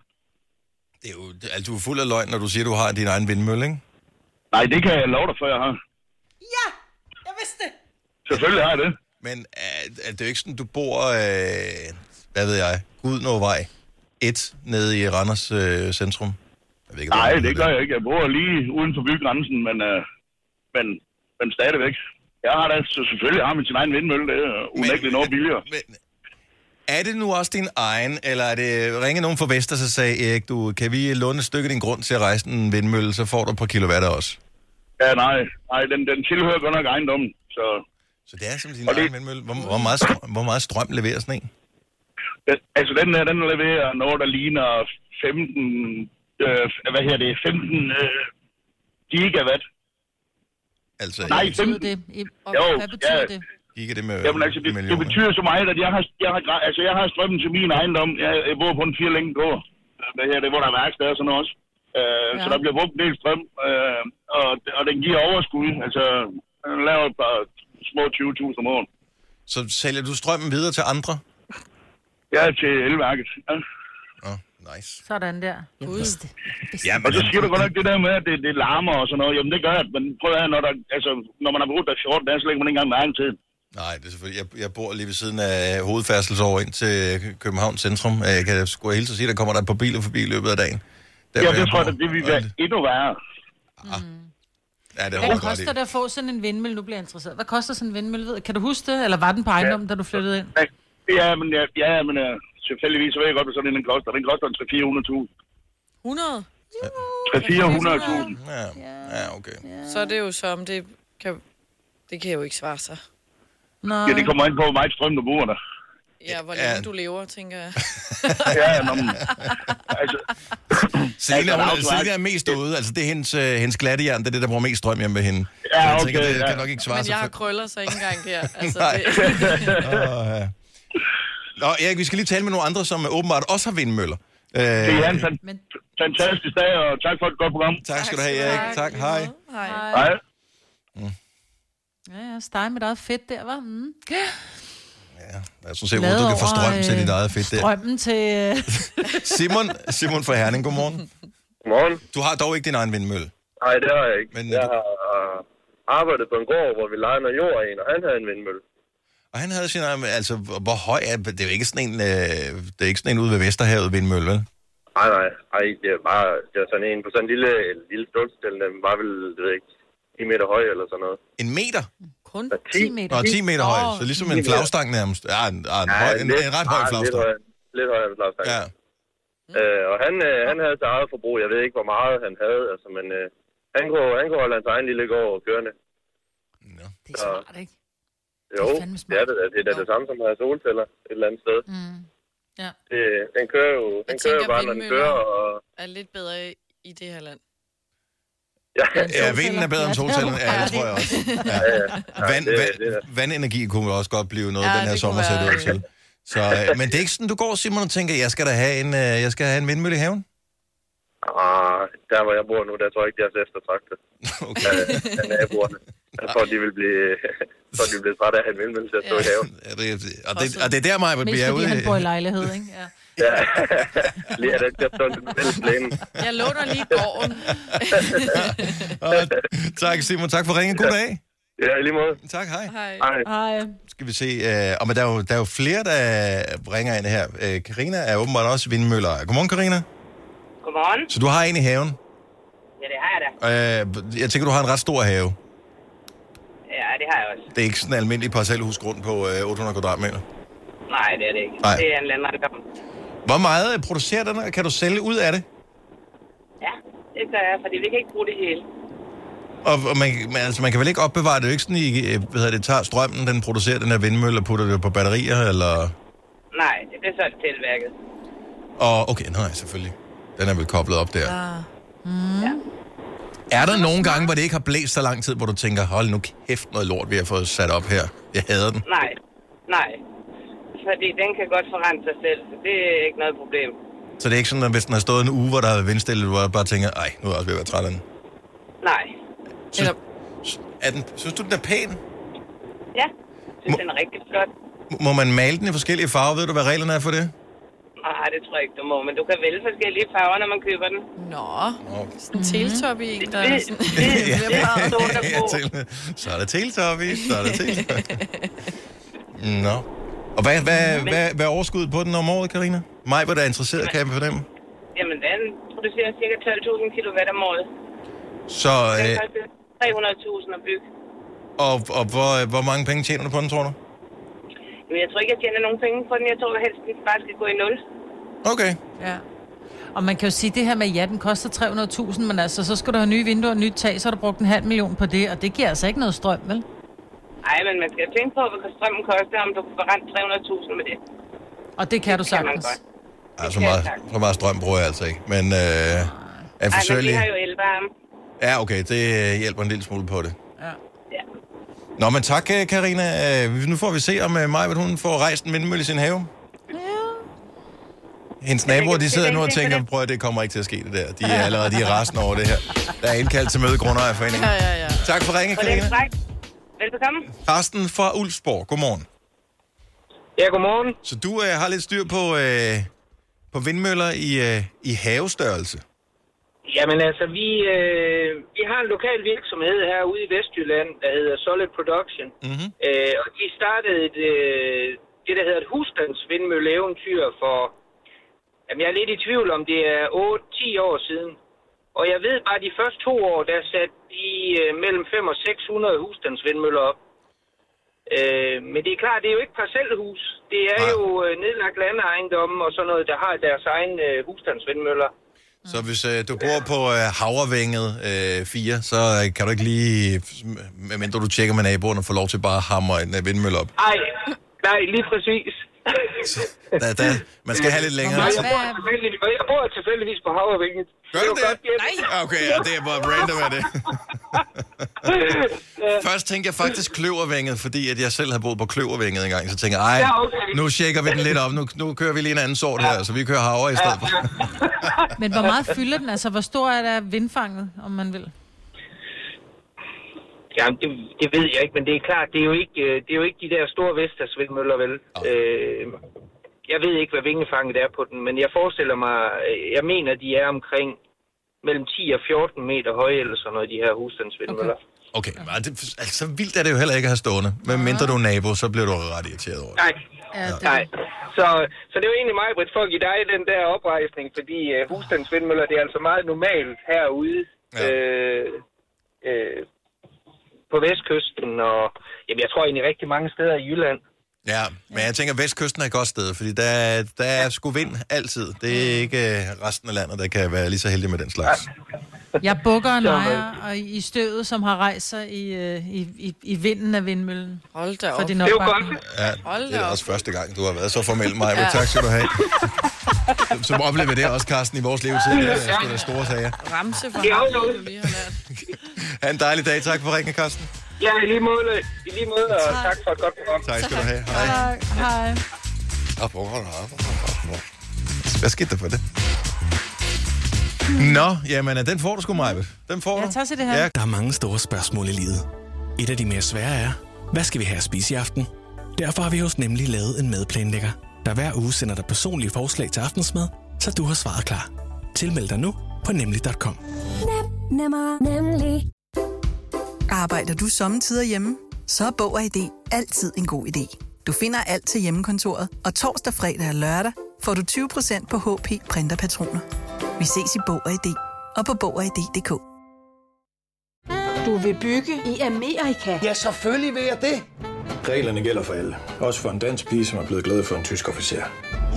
Speaker 1: Det er jo, det- altså, du er fuld af løgn, når du siger, du har din egen vindmølle, ikke?
Speaker 10: Nej, det kan jeg love dig for, jeg har.
Speaker 2: Ja, jeg vidste det.
Speaker 10: Selvfølgelig har jeg det.
Speaker 1: Men er, er det jo ikke sådan, du bor, øh, hvad ved jeg, Gudnåvej 1 nede i Randers øh, centrum? Jeg ved ikke,
Speaker 10: Nej, det gør jeg ikke. Jeg bor lige uden for bygrænsen, men, øh, men, men stadigvæk. Jeg har da så selvfølgelig har min sin egen vindmølle, det er unægteligt noget billigere.
Speaker 1: Men, er det nu også din egen, eller er det ringe nogen fra Vester, så sagde Erik, du, kan vi låne et stykke af din grund til at rejse en vindmølle, så får du et par kilowatt også?
Speaker 10: Ja, nej, nej den, den tilhører godt nok ejendommen. Så
Speaker 1: Så det er simpelthen
Speaker 10: Og
Speaker 1: din
Speaker 10: det-
Speaker 1: egen vindmølle. Hvor, hvor, meget strøm, hvor meget strøm leverer sådan en?
Speaker 10: den, altså den der, den leverer noget, der ligner 15, øh, hvad her det, 15 øh, gigawatt.
Speaker 1: Altså,
Speaker 10: Nej,
Speaker 1: jeg-
Speaker 10: 15,
Speaker 2: Betyder det? I- Og
Speaker 10: Jo,
Speaker 2: hvad betyder
Speaker 10: ja.
Speaker 2: det?
Speaker 1: Gik det med
Speaker 10: Jamen altså, det, det betyder så meget, at jeg har, jeg har, gra- altså, jeg har strømmen til min ejendom. Jeg, jeg bor på en fire længe gård. Det her, det er, hvor der er værksted og sådan noget også. Øh,
Speaker 2: Ja.
Speaker 10: Så der bliver brugt en del strøm, øh, og, og den giver overskud. Altså, den laver et par små 20.000 om året.
Speaker 1: Så sælger du strømmen videre til andre?
Speaker 10: Jeg er til elværket. Ja.
Speaker 1: Åh, oh, nice. altså,
Speaker 2: Sådan der. Jeg vidste det.
Speaker 1: Ja,
Speaker 10: Og
Speaker 1: men,
Speaker 10: så siger du godt nok det der med, at det, det larmer og sådan noget. Jamen, det gør at Men prøv at høre, når, der, altså, når man har brugt der 14 dage, så lægger man ikke engang mærke til det.
Speaker 1: nej, det er selvfølgelig. Jeg, jeg bor lige ved siden af hovedfærdselsår ind til København Centrum. Øh, Jeg kan sgu hele tiden sige, der kommer der et par biler forbi i løbet af dagen. Der,
Speaker 10: Ja,
Speaker 1: hvor
Speaker 10: det
Speaker 1: jeg
Speaker 10: tror jeg,
Speaker 1: bor. Ah.
Speaker 10: at det vil være endnu værre.
Speaker 1: Ja, det er
Speaker 2: Hvad
Speaker 1: hårdt ret i.
Speaker 2: koster det at få sådan en vindmølle? Nu bliver jeg interesseret. Hvad koster sådan en vindmølle? Ved- Kan du huske det? Eller var den på ejendommen, da du flyttede ind?
Speaker 10: Ja, men, ja, ja, men øh, selvfølgelig så ved jeg godt, hvad sådan en den koster. Den koster en 300-400.000.
Speaker 4: 100?
Speaker 10: 400.000.
Speaker 1: Ja, ja, okay.
Speaker 4: Så er det jo som, det kan, det kan jo ikke svare sig.
Speaker 2: Nej.
Speaker 10: Ja, det kommer ind på, hvor meget strøm du bruger der.
Speaker 4: Ja, hvor
Speaker 1: Ja.
Speaker 4: længe du lever, tænker jeg.
Speaker 10: Ja, ja, nå, men, altså,
Speaker 1: Selina,
Speaker 10: der er
Speaker 1: hun,
Speaker 10: også-
Speaker 1: Selina er mest ude. Altså, det er hendes, øh, hendes glattejern, det er det, der bruger mest strøm hjemme ved hende.
Speaker 10: Ja,
Speaker 1: Så jeg
Speaker 10: okay,
Speaker 1: tænker, det
Speaker 10: ja.
Speaker 1: kan nok ikke svare
Speaker 4: Men
Speaker 1: sig
Speaker 4: jeg har
Speaker 1: for...
Speaker 4: krøller, så ikke engang her. Altså,
Speaker 1: Nej.
Speaker 4: det,
Speaker 1: Åh, ja. Nå, Erik, vi skal lige tale med nogle andre, som øh, åbenbart også har vindmøller. Øh,
Speaker 10: det er en fan-
Speaker 2: Men
Speaker 10: fantastisk dag, og tak for et godt program.
Speaker 1: tak skal du have, Erik. Tak, hej.
Speaker 4: Hej.
Speaker 10: Hej.
Speaker 2: ja, ja, steg med dig fedt der, var. Mm.
Speaker 1: Ja, jeg synes, jeg,
Speaker 2: Glad
Speaker 1: du kan få
Speaker 2: over,
Speaker 1: strøm til
Speaker 2: øh,
Speaker 1: dit eget fedt der.
Speaker 2: Drømmen til...
Speaker 1: Simon, Simon fra Herning, godmorgen.
Speaker 11: Godmorgen.
Speaker 1: Du har dog ikke din egen vindmølle.
Speaker 11: Nej, det har jeg ikke.
Speaker 1: Men,
Speaker 11: Men,
Speaker 1: øh,
Speaker 11: jeg
Speaker 1: du-
Speaker 11: har arbejdet på en gård, hvor vi leger noget jord af en, og han havde en vindmølle.
Speaker 1: Og han havde sin egen, altså, hvor høj er det? er jo ikke sådan en, øh, det er ikke sådan en ude ved Vesterhavet vindmølle, vel?
Speaker 11: Nej, nej, nej, det er bare det er sådan en på sådan en lille, en lille stålstil, den var vel, det ved jeg ikke, 10 meter høj eller sådan noget.
Speaker 1: En meter?
Speaker 2: Kun
Speaker 11: Og
Speaker 2: 10 meter.
Speaker 1: Nå, 10 meter høj, så ligesom en flagstang nærmest. Ja, en, ja, en, høj, en, en ret høj
Speaker 11: ah, Lidt
Speaker 1: flagstang.
Speaker 11: højere, lidt højere end flagstang.
Speaker 1: Ja.
Speaker 11: Ja.
Speaker 2: Mm.
Speaker 11: Øh, og han, øh, han havde sit eget forbrug. Jeg ved ikke, hvor meget han havde, altså, men øh, han, kunne, han kunne holde hans egen lille gård kørende.
Speaker 1: Nå.
Speaker 2: Det er smart, ikke?
Speaker 11: Jo,
Speaker 2: Det er fandme smart.
Speaker 11: det er det, da. det er da det samme som at have solceller et eller andet sted.
Speaker 2: Mm. Ja.
Speaker 11: Det, den kører jo, den kører jo
Speaker 4: tænker,
Speaker 11: bare, når den
Speaker 4: vindmøller-
Speaker 11: kører, og
Speaker 4: Er lidt bedre i- i det her land.
Speaker 11: Ja,
Speaker 1: Ja, vinden er bedre end solcellen. Ja, det tror jeg også. Ja. Vand,
Speaker 11: det-
Speaker 1: vand,
Speaker 11: det-
Speaker 1: vandenergi kunne også godt blive noget,
Speaker 4: Ja,
Speaker 1: den her
Speaker 4: det
Speaker 1: sommer
Speaker 4: kunne
Speaker 1: ser det ud
Speaker 4: være-
Speaker 1: til. Så, øh, men det er ikke sådan, du går, Simon, og tænker, jeg skal da have en, øh, jeg skal have en vindmølle i haven?
Speaker 11: Ah, der hvor jeg bor nu, der tror jeg ikke, de er så eftertragtet
Speaker 1: Okay.
Speaker 11: af, af naboerne. Jeg tror, de vil blive, jeg tror, de bliver trætte af at have en vindmølle til at stå i haven.
Speaker 1: Er det, og, det, og det er der, mig, vi
Speaker 2: Mest
Speaker 1: er
Speaker 2: fordi
Speaker 1: ude.
Speaker 2: han bor i lejlighed, ikke? Ja.
Speaker 11: Ja. Lige at der står en vindmølle plæne.
Speaker 4: Jeg låner lige gården.
Speaker 1: Og, tak, Simon. Tak for ringen. God dag.
Speaker 11: Ja, i lige måde.
Speaker 1: Tak, hej.
Speaker 4: Hej.
Speaker 11: Hej.
Speaker 2: Ej,
Speaker 1: Skal vi se. Øh, og men der er, jo, der er jo flere, der ringer ind her. Øh, Karina er åbenbart også vindmøller. Godmorgen, Karina.
Speaker 8: Godmorgen.
Speaker 1: Så du har en i haven.
Speaker 8: Ja, det har jeg da.
Speaker 1: Øh, jeg tænker, du har en ret stor have.
Speaker 8: Ja, det har jeg også.
Speaker 1: Det er ikke sådan en almindelig parcelhusgrund på øh, 800 kvadratmeter.
Speaker 8: Nej, det er det ikke.
Speaker 1: Nej.
Speaker 8: Det er en landejendom.
Speaker 1: Hvor meget øh, producerer den, og kan du sælge ud af det?
Speaker 8: Ja. det gør jeg, fordi vi kan ikke bruge det hele.
Speaker 1: Og, og man, man, altså, man kan vel ikke opbevare det, det er jo ikke sådan, I øh, hvad hedder det, tager strømmen, den producerer den her vindmølle og putter det på batterier, eller...
Speaker 8: Nej, det bliver sådan tilværket.
Speaker 1: Og okay, nej, selvfølgelig. Den er vel koblet op der.
Speaker 8: Ah. Mm. Ja.
Speaker 1: Er der nogle gange, hvor det ikke har blæst så lang tid, hvor du tænker, hold nu kæft noget lort, vi har fået sat op her. Jeg hader den.
Speaker 8: Nej, nej. Fordi den kan godt forrente sig selv, så det er ikke noget problem.
Speaker 1: Så det er ikke sådan, at hvis den har stået en uge, hvor der har været vindstille, hvor jeg bare tænker, ej, nu er jeg også ved at være træt af den.
Speaker 8: Nej.
Speaker 1: Synes, er den, synes du, den er pæn?
Speaker 8: Ja, jeg synes, den er rigtig flot.
Speaker 1: M- Må man male den i forskellige farver? Ved du, hvad reglerne er for det?
Speaker 8: Nej, det tror jeg ikke, du må, men du kan vælge forskellige farver, når man køber den. Nå,
Speaker 4: Sådan en teletop i en, der er sådan...
Speaker 1: Ja.
Speaker 4: Hvem har stået der på?
Speaker 1: Til- så er der Teletubby, så er der Teletubby. Nå. Og hvad, hvad,
Speaker 8: Men-
Speaker 1: hvad, hvad er overskuddet på den om året, Karina? Mig, hvor der er interesseret, kan jeg fornemme.
Speaker 8: Jamen, den producerer cirka 12.000 kW om året.
Speaker 1: Så,
Speaker 8: Den
Speaker 1: øh,
Speaker 8: koster 300.000 at bygge.
Speaker 1: og, og hvor, hvor mange penge tjener du på den, tror du?
Speaker 8: Jamen, jeg tror ikke, jeg tjener nogen penge på den. Jeg tror helst, den bare skal gå i nul.
Speaker 1: Okay.
Speaker 2: Ja. Og man kan jo sige, det her med, ja, den koster 300.000, men altså, så skal du have nye vinduer og nyt tag, så har du brugt en halv million på det, og det giver altså ikke noget strøm, vel?
Speaker 8: Ej, men man skal tænke på, hvad strømmen koster, om du kan forrente 300.000 med det.
Speaker 2: Og det kan du
Speaker 8: kan man
Speaker 2: sagtens.
Speaker 8: godt.
Speaker 1: Ej, så, Altså, meget, så meget strøm bruger jeg altså ikke. Men øh, er
Speaker 8: Ej, men vi
Speaker 1: forsøgelig...
Speaker 8: har jo elvarme.
Speaker 1: Ja, okay, det øh, hjælper en lille smule på det.
Speaker 2: Ja.
Speaker 8: Ja.
Speaker 1: Nå, men tak, øh, Karina. Øh, Nu får vi se, om øh, Maj, hvad hun får rejst en vindmølle i sin have. Hendes naboer, de sidder nu og tænker, prøv at det kommer ikke til at ske det der. De er allerede de er resten over det her. Der er indkaldt til møde i Grundejerforeningen.
Speaker 8: Ja, ja, ja.
Speaker 1: Tak for ringen,
Speaker 8: Og det er
Speaker 1: Karina.
Speaker 8: korrekt. Velbekomme.
Speaker 1: Karsten fra Ulfsborg, godmorgen.
Speaker 12: Ja, godmorgen.
Speaker 1: Så du øh, har lidt styr på, øh, på vindmøller i, øh, i havestørrelse.
Speaker 12: Jamen altså, vi, øh, vi har en lokal virksomhed herude i Vestjylland, der hedder Solid Production.
Speaker 1: Mm-hmm.
Speaker 12: Øh, og de startede et, øh, det, der hedder et husstandsvindmølleeventyr for... Jamen, jeg er lidt i tvivl om det er 8-10 år siden. Og jeg ved bare, at de første to år, der satte de øh, mellem 5 og 600 husstandsvindmøller op. Øh, men det er klart, det er jo ikke parcelhus. Det er jo øh, nedlagt landeejendomme og sådan noget, der har deres egen øh, husstandsvindmøller.
Speaker 1: Så hvis øh, du bor på øh, Havrevænget øh, 4, så øh, kan du ikke lige, medmindre du tjekker med naboerne, få lov til bare at hamre en øh, vindmølle op.
Speaker 12: Nej, nej, lige præcis.
Speaker 1: Da, da, man skal have lidt længere
Speaker 12: Nej,
Speaker 1: tid.
Speaker 12: jeg bor, tilfældigvis, jeg bor tilfældigvis på Havrevinget.
Speaker 1: Gør du det? Nej. Okay, ja, det er bare random af det. Først tænkte jeg faktisk kløvervænget, fordi at jeg selv havde boet på kløvervænget engang. Så tænkte jeg, ej,
Speaker 12: Ja, okay.
Speaker 1: nu tjekker vi den lidt op. Nu, nu kører vi lige en anden sort her, så vi kører havre i stedet for.
Speaker 2: Men hvor meget fylder den? Altså, hvor stor er der vindfanget, om man vil?
Speaker 12: Jamen, det, det ved jeg ikke, men det er klart, det er jo ikke, øh, det er jo ikke de der store Vestas-vindmøller, vel? Øh, jeg ved ikke, hvad vingefanget er på den, men jeg forestiller mig, øh, jeg mener, de er omkring mellem 10 og 14 meter høje, eller sådan noget, de her husstandsvindmøller. Okay.
Speaker 1: Okay, men det, altså, så vildt er det jo heller ikke at have stående. Men mindre du er nabo, så bliver du ret irriteret over det.
Speaker 12: Nej. Nej. Så, så det var egentlig mig, Britt, for at give dig den der oprejsning, fordi uh, husstandsvindmøller, det er altså meget normalt herude ja. øh, øh, på vestkysten, og jamen, jeg tror egentlig rigtig mange steder i Jylland.
Speaker 1: Ja, men jeg tænker, at vestkysten er et godt sted, fordi der, der er sgu vind altid.
Speaker 4: Mm.
Speaker 1: Det er ikke øh, resten af landet, der kan være lige så heldig med den slags.
Speaker 2: Jeg bukker en ejer og i i støvet, som har rejst sig i, øh, i, i, i vinden af vindmøllen.
Speaker 4: Hold da
Speaker 2: For
Speaker 4: op.
Speaker 2: din
Speaker 4: Det er jo
Speaker 2: opbakning.
Speaker 1: Ja,
Speaker 4: Hold
Speaker 1: det er
Speaker 4: da op.
Speaker 1: også første gang, du har været så formel, Maja.
Speaker 4: Ja.
Speaker 1: Ja. Tak skal du have. Som- Som oplever det også, Carsten, i vores levetid. Det er sgu da store sager.
Speaker 4: Ramse for
Speaker 12: Det er
Speaker 4: ham,
Speaker 12: jo
Speaker 4: vi lige har lært.
Speaker 1: Ha' en dejlig dag. Tak for ringen, Carsten.
Speaker 12: Ja, i lige måde, i lige måde og tak. tak for et godt program.
Speaker 1: Tak skal du have. Hej.
Speaker 2: Tak. Hej.
Speaker 1: Op, hvor var der op, hvor var der op. Hvad skete der for det? Nå, jamen, den får du sgu, Maja. Den får du.
Speaker 2: Ja, tak til det her.
Speaker 1: Ja.
Speaker 9: Der er mange store spørgsmål i livet. Et af de mere svære er, hvad skal vi have at spise i aften? Derfor har vi hos Nemlig lavet en madplanlægger, der hver uge sender dig personlige forslag til aftensmad, så du har svaret klar. Tilmeld dig nu på nemlig.com.
Speaker 13: Nemmer, nemlig. Arbejder du sommetider hjemme? Så er Bog og ID altid en god idé. Du finder alt til hjemmekontoret, og torsdag, fredag og lørdag får du 20% på HP printerpatroner. Vi ses i Bog og ID og på Bog og ID.dk.
Speaker 14: Du vil bygge i Amerika? Ja, selvfølgelig vil jeg det.
Speaker 15: Reglerne gælder for alle. Også for en dansk pige, som er blevet glad for en tysk officer.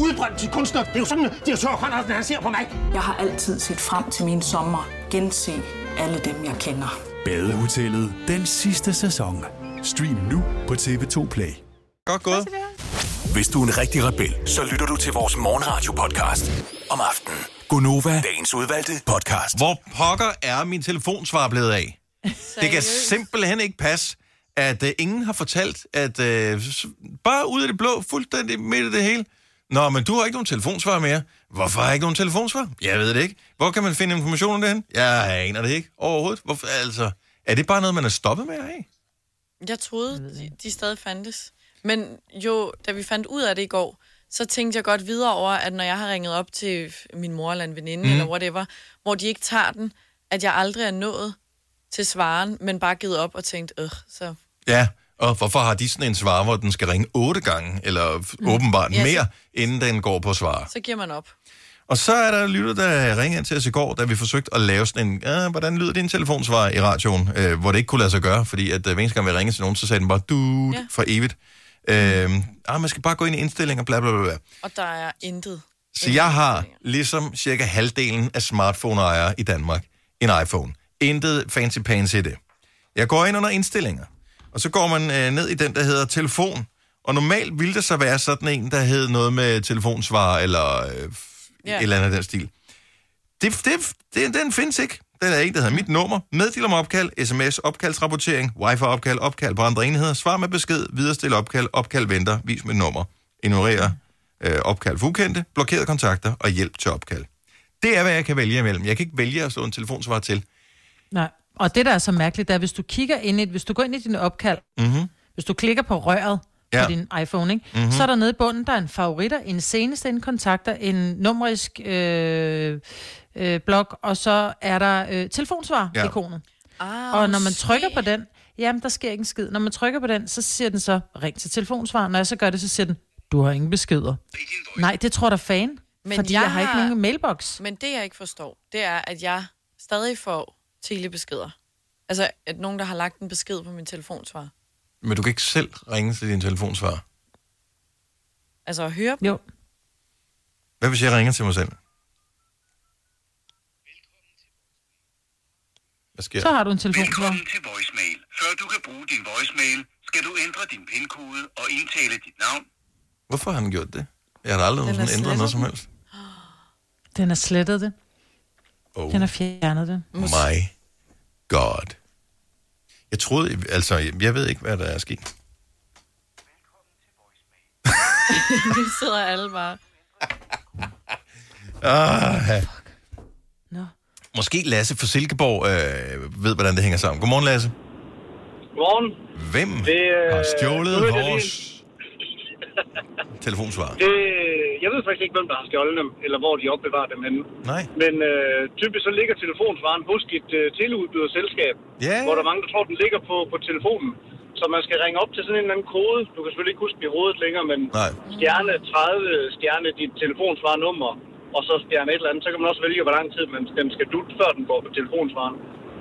Speaker 14: Udbrændt til kunstner. Det er jo sådan, at de har tørt, han ser på mig. Jeg har altid set frem til min sommer,
Speaker 16: gense alle dem, jeg kender.
Speaker 9: Badehotellet den sidste sæson. Stream nu på TV2 Play.
Speaker 1: Godt gået.
Speaker 9: Hvis du er en rigtig rebel, så lytter du til vores morgenradio-podcast om aftenen. Gunova, dagens udvalgte podcast.
Speaker 1: Hvor pokker er min telefonsvar blevet af? Det kan simpelthen ikke passe, at uh, ingen har fortalt, at uh, bare ud af det blå, fuldstændig midt i det hele. Nå, men du har ikke nogen telefonsvar mere. Hvorfor har jeg ikke nogen telefonsvar? Jeg ved det ikke. Hvor kan man finde information om det hen? Jeg aner det ikke overhovedet. Hvorfor, altså, er det bare noget, man er stoppet med at have?
Speaker 4: Jeg troede, de, de stadig fandtes. Men jo, da vi fandt ud af det i går, så tænkte jeg godt videre over, at når jeg har ringet op til min mor eller en veninde
Speaker 17: Mm.
Speaker 4: mm. eller whatever, hvor de ikke tager den, at jeg aldrig er nået til svaren, men bare givet op og tænkt, øh, så...
Speaker 1: Ja, og hvorfor har de sådan en svar, hvor den skal ringe otte gange, eller f- åbenbart
Speaker 4: Mm. Ja, så-
Speaker 1: mere, inden den går på svar?
Speaker 4: Så giver man op.
Speaker 1: Og så er der lytter, der ringer ind til os i går, da vi forsøgte at lave sådan en, "Ah, hvordan lyder din telefonsvar i radioen, øh, hvor det ikke kunne lade sig gøre, fordi at øh, hver eneste gang vi ringede til nogen, så sagde den bare, du ja. for evigt. Øh, ah, man skal bare gå ind i indstillinger, bla bla bla. bla.
Speaker 4: Og der er intet.
Speaker 1: Så jeg har ligesom cirka halvdelen af smartphone-ejere i Danmark en iPhone. Intet fancy pants i det. Jeg går ind under indstillinger, og så går man øh, ned i den, der hedder telefon. Og normalt ville det så være sådan en, der hed noget med telefonsvar eller øh,
Speaker 18: Ja.
Speaker 1: yeah. et eller andet af den stil. Det, det, det, den findes ikke. Den er ikke, der hedder mit nummer. Meddel om opkald, sms, opkaldsrapportering, wifi-opkald, opkald på andre enheder, svar med besked, viderestil opkald, opkald venter, vis mit nummer, ignorer øh, opkald for ukendte, blokerede kontakter og hjælp til opkald. Det er, hvad jeg kan vælge imellem. Jeg kan ikke vælge at slå en telefonsvar til.
Speaker 2: Nej. Og det, der er så mærkeligt, det er, hvis du kigger ind i, hvis du går ind i din opkald,
Speaker 1: Mm-hmm.
Speaker 2: hvis du klikker på røret ja.
Speaker 1: Ja.
Speaker 2: på din iPhone, ikke?
Speaker 1: Mhm.
Speaker 2: Mm-hmm. så er der nede i bunden, der er en favoritter, en seneste, en kontakter, en numerisk øh, øh, blok, og så er der øh, telefonsvar-ikonet. Ah,
Speaker 4: Ja.
Speaker 2: Og når man trykker på den, jamen der sker ikke en skid. Når man trykker på den, så siger den så, ring til telefonsvar. Når jeg så gør det, så siger den, du har ingen beskeder. Nej, det tror der fan,
Speaker 4: Men
Speaker 2: fordi jeg, jeg har ikke nogen mailbox.
Speaker 4: Men det, jeg ikke forstår, det er, at jeg stadig får telebeskeder. Altså, at nogen, der har lagt en besked på min telefonsvar.
Speaker 1: Men du kan ikke selv ringe til din telefonsvar.
Speaker 4: Altså, at høre dem.
Speaker 2: Jo.
Speaker 1: Hvad hvis jeg ringer til mig selv? Hvad sker?
Speaker 2: Så har du en telefonsvar.
Speaker 10: til voicemail. Før du kan bruge din voicemail, skal du ændre din pindkode og indtale dit navn.
Speaker 1: Hvorfor har han gjort det? Jeg har da aldrig
Speaker 2: Den er
Speaker 1: nogensinde ændret
Speaker 2: slettet
Speaker 1: noget som
Speaker 2: den.
Speaker 1: helst.
Speaker 2: Den er slettet det.
Speaker 1: Oh.
Speaker 2: Den har fjernet det.
Speaker 1: My God. Jeg troede, altså, jeg, jeg ved ikke, hvad der er sket.
Speaker 4: Nu sidder alle bare.
Speaker 1: Ah,
Speaker 2: Nå.
Speaker 1: Måske Lasse fra Silkeborg øh, ved, hvordan det hænger sammen. Godmorgen, Lasse.
Speaker 18: Godmorgen.
Speaker 1: Hvem
Speaker 18: det, øh,
Speaker 1: har stjålet
Speaker 18: nu er det
Speaker 1: vores telefonsvar?
Speaker 18: Det, jeg ved faktisk ikke, hvem der har stjålet dem, eller hvor de opbevarer dem henne.
Speaker 1: Nej.
Speaker 18: Men øh, typisk så ligger telefonsvaren hos dit øh, teleudbyderselskab,
Speaker 1: Ja.
Speaker 18: hvor der er mange, der tror, den ligger på, på telefonen. Så man skal ringe op til sådan en eller anden kode. Du kan selvfølgelig ikke huske den i hovedet længere, men
Speaker 1: Nej.
Speaker 18: stjerne 30, stjerne dit telefonsvarnummer, og så stjerne et eller andet. Så kan man også vælge, hvor lang tid man, den skal dutte, før den går på telefonsvaren.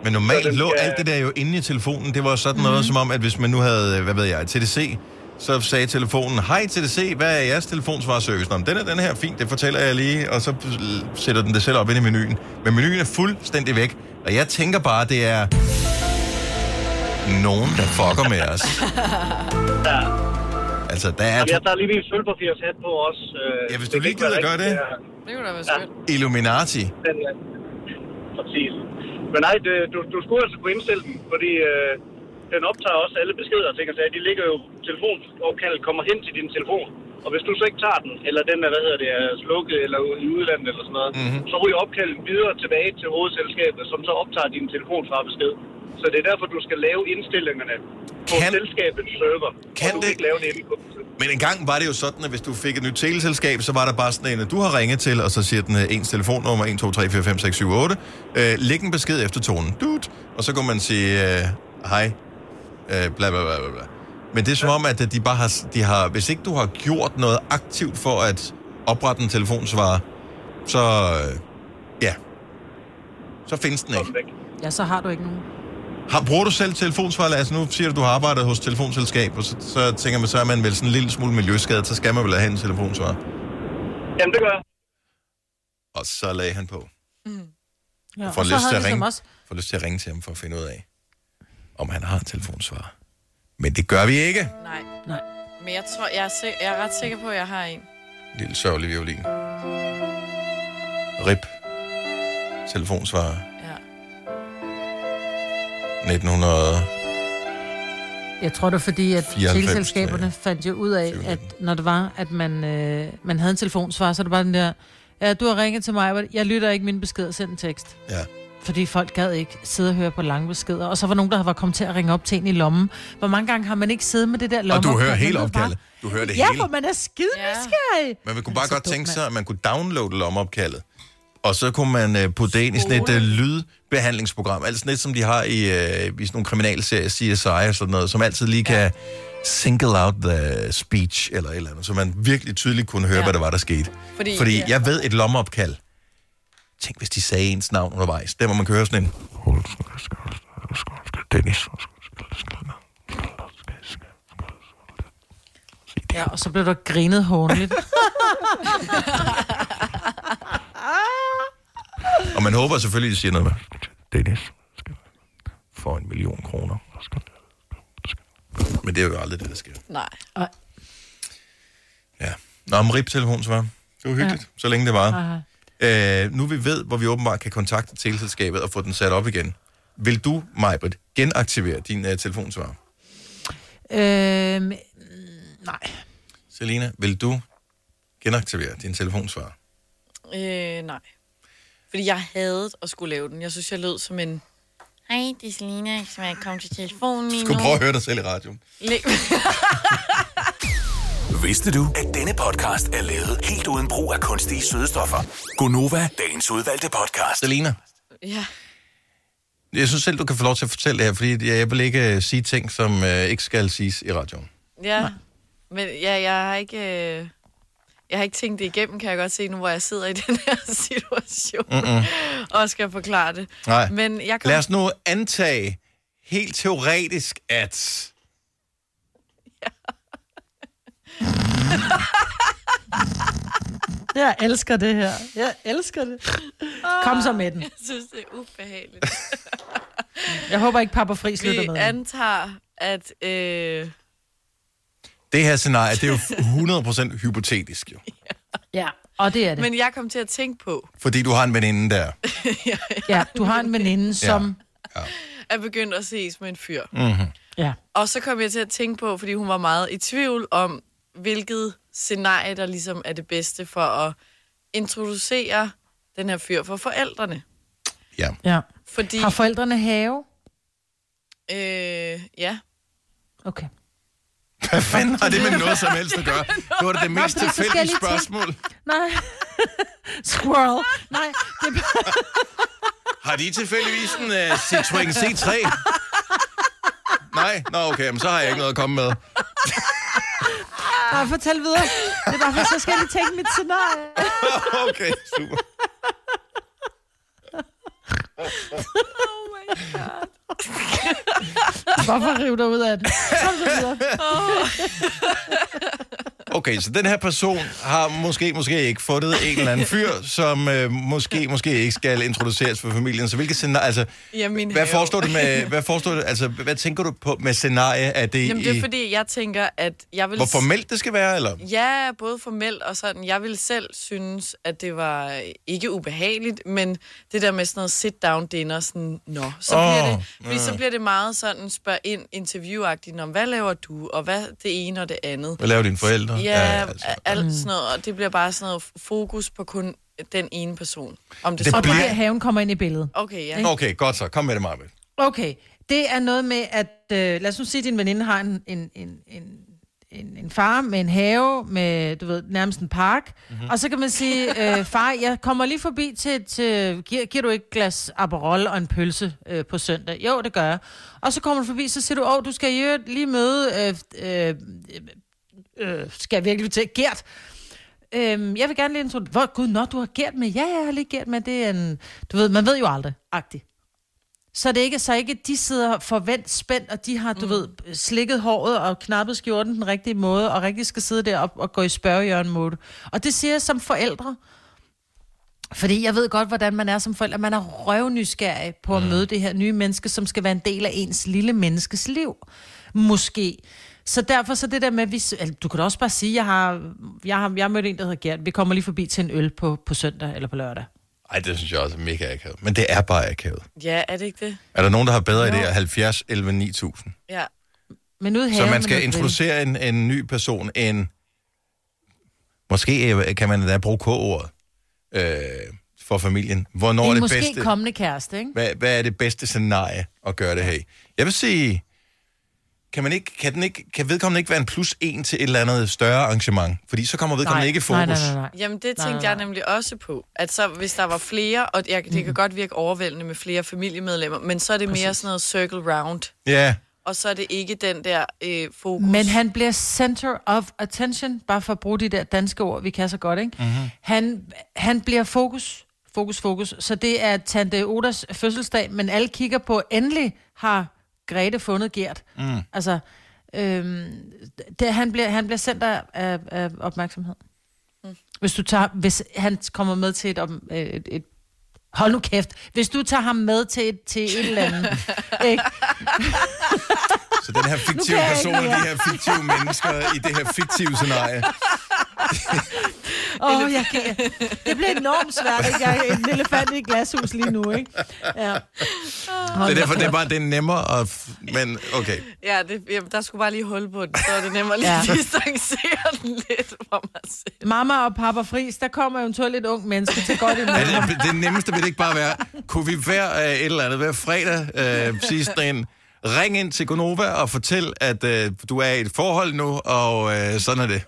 Speaker 1: Men
Speaker 18: Så
Speaker 1: normalt
Speaker 18: den
Speaker 1: lå
Speaker 18: skal- Mhm.
Speaker 1: alt det der jo inde i telefonen. Det var sådan noget, som om, at hvis man nu havde, øh, hvad ved jeg, TDC, så sagde telefonen, hej TDC, hvad er jeres telefonsvarservice? Nå, men den er den her, fint, det fortæller jeg lige, og så øh, sætter den det selv op ind i menuen. Men menuen er fuldstændig væk, og jeg tænker bare, det er nogen, der fucker med os.
Speaker 18: Ja.
Speaker 1: Altså, der er
Speaker 18: Jamen, jeg tager lige min sølvpapirshat på også. Øh,
Speaker 1: Ja, hvis du
Speaker 18: det kan
Speaker 1: lige
Speaker 18: ikke være
Speaker 1: gider gøre
Speaker 18: rigtigt,
Speaker 1: det.
Speaker 4: Det kunne da være
Speaker 18: skønt.
Speaker 1: Illuminati.
Speaker 18: Den, ja. Præcis. Men nej, det, du, du skulle altså kunne indstille den, fordi øh, den optager også alle beskeder, ting og sager. De ligger jo, telefonopkaldet kommer hen til din telefon. Og hvis du så ikke tager den, eller den er, hvad hedder det, er slukket eller ude i udlandet eller sådan noget, mm-hmm. så ryger opkaldet videre tilbage til hovedselskabet, som så optager din telefon fra besked. Så det er derfor, du skal lave indstillingerne på kan, selskabets server, kan og du det? ikke lave det inde på
Speaker 1: Men engang var det jo sådan, at hvis du fik et nyt teleselskab, så var der bare sådan en, at du har ringet til, og så siger den øh, ens telefonnummer, 1, 2, 3, 4, 5, 6, 7, 8. Øh, læg en besked efter tonen. Dut. Og så kunne man sige, øh, hej, øh, bla, bla, bla, bla, bla. Men det er som om, at øh, de bare har, de har, hvis ikke du har gjort noget aktivt for at oprette en telefonsvarer, så øh, ja, så findes den ikke.
Speaker 2: Ja, så har du ikke nogen.
Speaker 1: Har, bruger du selv telefonsvar? Altså nu siger du, du har arbejdet hos telefonselskab, og så, så tænker man, så er man vel sådan en lille smule miljøskadet, så skal man vel have en telefonsvar.
Speaker 18: Jamen, det gør jeg.
Speaker 1: Og så lagde han på. Ja,
Speaker 2: Ja,
Speaker 1: og får,
Speaker 2: og så
Speaker 1: lyst
Speaker 2: havde
Speaker 1: til at
Speaker 2: vi som
Speaker 1: ringe,
Speaker 2: os.
Speaker 1: får lyst til at ringe til ham for at finde ud af, om han har en telefonsvar. Men det gør vi ikke.
Speaker 4: Nej.
Speaker 2: Nej.
Speaker 4: Men jeg tror, jeg er, sik- jeg er ret sikker på, at jeg har en.
Speaker 1: Lille sørgelig violin. Rip. Telefonsvarer.
Speaker 4: Ja.
Speaker 1: 1900.
Speaker 2: Jeg tror det er fordi, at
Speaker 1: 94,
Speaker 2: teleselskaberne fandt jo ud af, at når det var, at man, øh, man havde en telefonsvar, så er det bare den der, ja, du har ringet til mig, jeg lytter ikke min besked og send en tekst.
Speaker 1: Ja.
Speaker 2: Fordi folk gad ikke sidde og høre på lange beskeder. Og så var nogen, der var kommet til at ringe op til en i lommen. Hvor mange gange har man ikke siddet med det der
Speaker 1: Og
Speaker 2: lomme?
Speaker 1: du hører hele opkaldet. Du hører det
Speaker 2: ja,
Speaker 1: hele.
Speaker 2: for man er skide nysgerrig.
Speaker 1: Men man kunne bare godt tænke sig, at man kunne downloade lommeopkaldet. Og så kunne man øh, putte det ind i sådan et øh, lydbehandlingsprogram. Altså sådan et, som de har i, øh, i sådan nogle kriminalserier, CSI og sådan noget, som altid lige kan single out the speech eller et eller andet, så man virkelig tydeligt kunne høre, ja. hvad der var, der skete.
Speaker 4: Fordi-
Speaker 1: Fordi, Fordi
Speaker 4: ja.
Speaker 1: jeg ved et lommeopkald. Tænk, hvis de sagde ens navn undervejs. Der, hvor man kan høre sådan en... Dennis.
Speaker 2: Ja, og så blev der grinet håndligt.
Speaker 1: Og man håber selvfølgelig, at de siger noget med... Dennis skal få en million kroner. Men det er jo aldrig det, der sker.
Speaker 4: Nej.
Speaker 1: Nå, om rip-telefon, så var det var hyggeligt, ja. så længe det var.
Speaker 2: Aha.
Speaker 1: Øh, nu vi ved, hvor vi åbenbart kan kontakte teleselskabet og få den sat op igen. Vil du, Majbrit, genaktivere din uh, telefonsvar?
Speaker 2: øhm, nej.
Speaker 1: Selina, vil du genaktivere din telefonsvar?
Speaker 4: Øh, nej. Fordi jeg havde at skulle lave den. Jeg synes, jeg lød som en... Hej, det er Selina, som er kommet til telefonen lige
Speaker 1: Du prøve at høre dig selv i radioen.
Speaker 9: Vidste du, at denne podcast er lavet helt uden brug af kunstige sødestoffer? Gonova, dagens udvalgte podcast.
Speaker 1: Selina,
Speaker 4: Ja.
Speaker 1: jeg synes selv, du kan få lov til at fortælle det her, fordi jeg jeg vil ikke uh, sige ting, som uh, ikke skal siges i radioen.
Speaker 4: Ja, men ja, jeg har ikke... Øh, jeg har ikke tænkt det igennem, kan jeg godt se nu, hvor jeg sidder i den her situation
Speaker 1: Mm-mm.
Speaker 4: og skal forklare det.
Speaker 1: Nej.
Speaker 4: Men jeg kom...
Speaker 1: Lad os nu antage helt teoretisk, at...
Speaker 2: Jeg elsker det her. Jeg elsker det. Kom så med den.
Speaker 4: Ah, Jeg synes, det er ubehageligt.
Speaker 2: Jeg håber ikke, Papa Fri
Speaker 4: Vi
Speaker 2: slutter med. den.
Speaker 4: antager, at... Øh,
Speaker 1: Det her scenarie, det er jo 100% hypotetisk, jo.
Speaker 2: Ja, og det er det.
Speaker 4: men jeg kom til at tænke på,
Speaker 1: Fordi du har en veninde der.
Speaker 2: Ja, du har en veninde, som...
Speaker 4: at begynde at ses med en fyr.
Speaker 1: Mm-hmm.
Speaker 2: Ja.
Speaker 4: Og så kom jeg til at tænke på, fordi hun var meget i tvivl om, hvilket scenarie, der ligesom er det bedste for at introducere den her fyr for forældrene.
Speaker 1: Ja.
Speaker 2: ja.
Speaker 4: Fordi,
Speaker 2: Har forældrene have?
Speaker 4: øh, ja.
Speaker 2: Okay.
Speaker 1: Hvad fanden har det med noget som helst at gøre? Det var da det
Speaker 2: Nå,
Speaker 1: mest
Speaker 2: fordi så skal jeg
Speaker 1: tilfældige
Speaker 2: lige tænke-
Speaker 1: spørgsmål.
Speaker 2: Nej. Squirrel. Nej, det er bare...
Speaker 1: Har de tilfældigvis en uh, Citroën C3? Nej? Nå, okay, men så har jeg ikke noget at komme med.
Speaker 2: Nej, fortæl videre. Det er bare, for så skal jeg lige tænke mit scenarie.
Speaker 1: okay, super.
Speaker 2: Hvorfor rive dig ud af den? Kom så videre.
Speaker 1: Okay, så den her person har måske, måske ikke fundet en eller anden fyr, som øh, måske, måske ikke skal introduceres for familien. Så hvilke scenarie, altså,
Speaker 4: Ja, min
Speaker 1: hvad
Speaker 4: have.
Speaker 1: forestår du med, hvad forestår du, altså, hvad tænker du på med scenarie? Er det,
Speaker 4: Jamen, det er
Speaker 1: i,
Speaker 4: fordi, jeg tænker, at jeg vil...
Speaker 1: hvor formelt det skal være, eller?
Speaker 4: Ja, både formelt og sådan. Jeg ville selv synes, at det var øh, ikke ubehageligt, men det der med sådan noget sit-down dinner, sådan, nå, så,
Speaker 17: Åh,
Speaker 4: oh, bliver det,
Speaker 1: mm.
Speaker 4: fordi så
Speaker 17: ja.
Speaker 4: bliver det meget sådan spørg ind interviewagtigt, om hvad laver du, og hvad det ene og det andet.
Speaker 1: Hvad laver dine forældre?
Speaker 4: Ja,
Speaker 1: Ja,
Speaker 4: ja altså. alt sådan noget, og det bliver bare sådan noget fokus på kun den ene person. Om det,
Speaker 1: Det
Speaker 4: så
Speaker 2: Og det
Speaker 1: bliver-
Speaker 2: er her, haven kommer ind i billedet.
Speaker 4: Okay, ja.
Speaker 1: Okay, godt så. Kom med det, Marvind.
Speaker 2: Okay, det er noget med, at øh, lad os nu sige, at din veninde har en, en, en, en, en, en far med en have, med, du ved, nærmest en park. Mm-hmm. Og så kan man sige, øh, far, jeg kommer lige forbi til, til giver, giver du ikke et glas Aperol og en pølse øh, på søndag? Jo, det gør jeg. Og så kommer du forbi, så siger du, åh, du skal i øvrigt lige møde, øh, øh, øh, skal jeg virkelig til, Gert. Øhm, jeg vil gerne lige introducere, hvor gud, nå, du har Gert med. Ja, ja, jeg har lige Gert med, det er en, du ved, man ved jo aldrig, agtigt. Så det ikke, så ikke de sidder forvent spændt, og de har, du mm. ved, slikket håret og knappet skjorten den rigtige måde, og rigtig skal sidde deroppe og gå i spørgehjørn mode. Og det siger jeg som forældre. Fordi jeg ved godt, hvordan man er som forælder. Man er røvnysgerrig på
Speaker 4: Mm.
Speaker 2: at møde det her nye menneske, som skal være en del af ens lille menneskes liv. Måske. Så derfor så det der med, at vi, s- altså, du kan da også bare sige, jeg har, jeg har, jeg har mødt en, der hedder Gert. Vi kommer lige forbi til en øl på, på søndag eller på lørdag.
Speaker 1: Ej, det synes jeg også er mega akavet. Men det er bare akavet.
Speaker 4: Ja, er det ikke det?
Speaker 1: Er der nogen, der har bedre idéer? 70, 11, 9000.
Speaker 4: Ja.
Speaker 2: Men ude i
Speaker 1: Så
Speaker 2: haven,
Speaker 1: man
Speaker 2: når
Speaker 1: skal
Speaker 2: du-
Speaker 1: introducere en, en ny person, en... Måske øh, kan man da bruge K-ordet øh, for familien. Hvornår er
Speaker 2: en
Speaker 1: det
Speaker 2: måske
Speaker 1: bedste...
Speaker 2: kommende kæreste, ikke?
Speaker 1: Hvad, hvad er det bedste scenarie at gøre det her i? Jeg vil sige, kan, man ikke, kan, den ikke, kan vedkommende ikke være en plus en til et eller andet større arrangement? Fordi så kommer vedkommende ikke i fokus.
Speaker 4: Jamen, det
Speaker 2: Nej,
Speaker 4: tænkte
Speaker 2: nej, Mm.
Speaker 4: jeg nemlig også på. At så, hvis der var flere, og jeg, det kan godt virke overvældende med flere familiemedlemmer, men så er det mere
Speaker 2: Præcis.
Speaker 4: sådan noget circle round.
Speaker 1: Ja,
Speaker 4: Og så er det ikke den der øh, fokus.
Speaker 2: Men han bliver center of attention, bare for at bruge de der danske ord, vi kan så godt, ikke?
Speaker 9: Mm.
Speaker 4: Mhm.
Speaker 2: Han, han bliver fokus, fokus, fokus. Så det er Tante Odas fødselsdag, men alle kigger på, endelig har Grete fundet Gert.
Speaker 1: Mm.
Speaker 2: Altså, øhm, det, han, bliver, han bliver center af, af opmærksomhed. Hvis du tager, hvis han kommer med til et, om- øh, et, et hold nu kæft, hvis du tager ham med til et, til et eller andet, ikke?
Speaker 1: så den her
Speaker 2: Nu
Speaker 1: fiktive
Speaker 2: kan jeg
Speaker 1: person
Speaker 2: ikke
Speaker 1: og de
Speaker 2: mere.
Speaker 1: her fiktive mennesker i det her fiktive scenarie.
Speaker 2: Åh, oh, jeg kan... Det bliver enormt svært, ikke? Jeg er en elefant i et glashus lige nu, ikke? Ja.
Speaker 1: Det er derfor, det er bare det er nemmere at... f- Men okay.
Speaker 4: Ja, det, jamen, der skulle bare lige hul på den, så er det nemmere lige at
Speaker 2: Ja.
Speaker 4: distancere den lidt fra mig selv.
Speaker 2: Mamma og pappa fris, der kommer eventuelt et ung menneske til godt imod.
Speaker 1: Er det, det nemmeste vil det ikke bare være, kunne vi hver øh, et eller andet, hver fredag øh, sidste en, ring ind til Gonova og fortæl, at øh, du er i et forhold nu, og øh, sådan er det.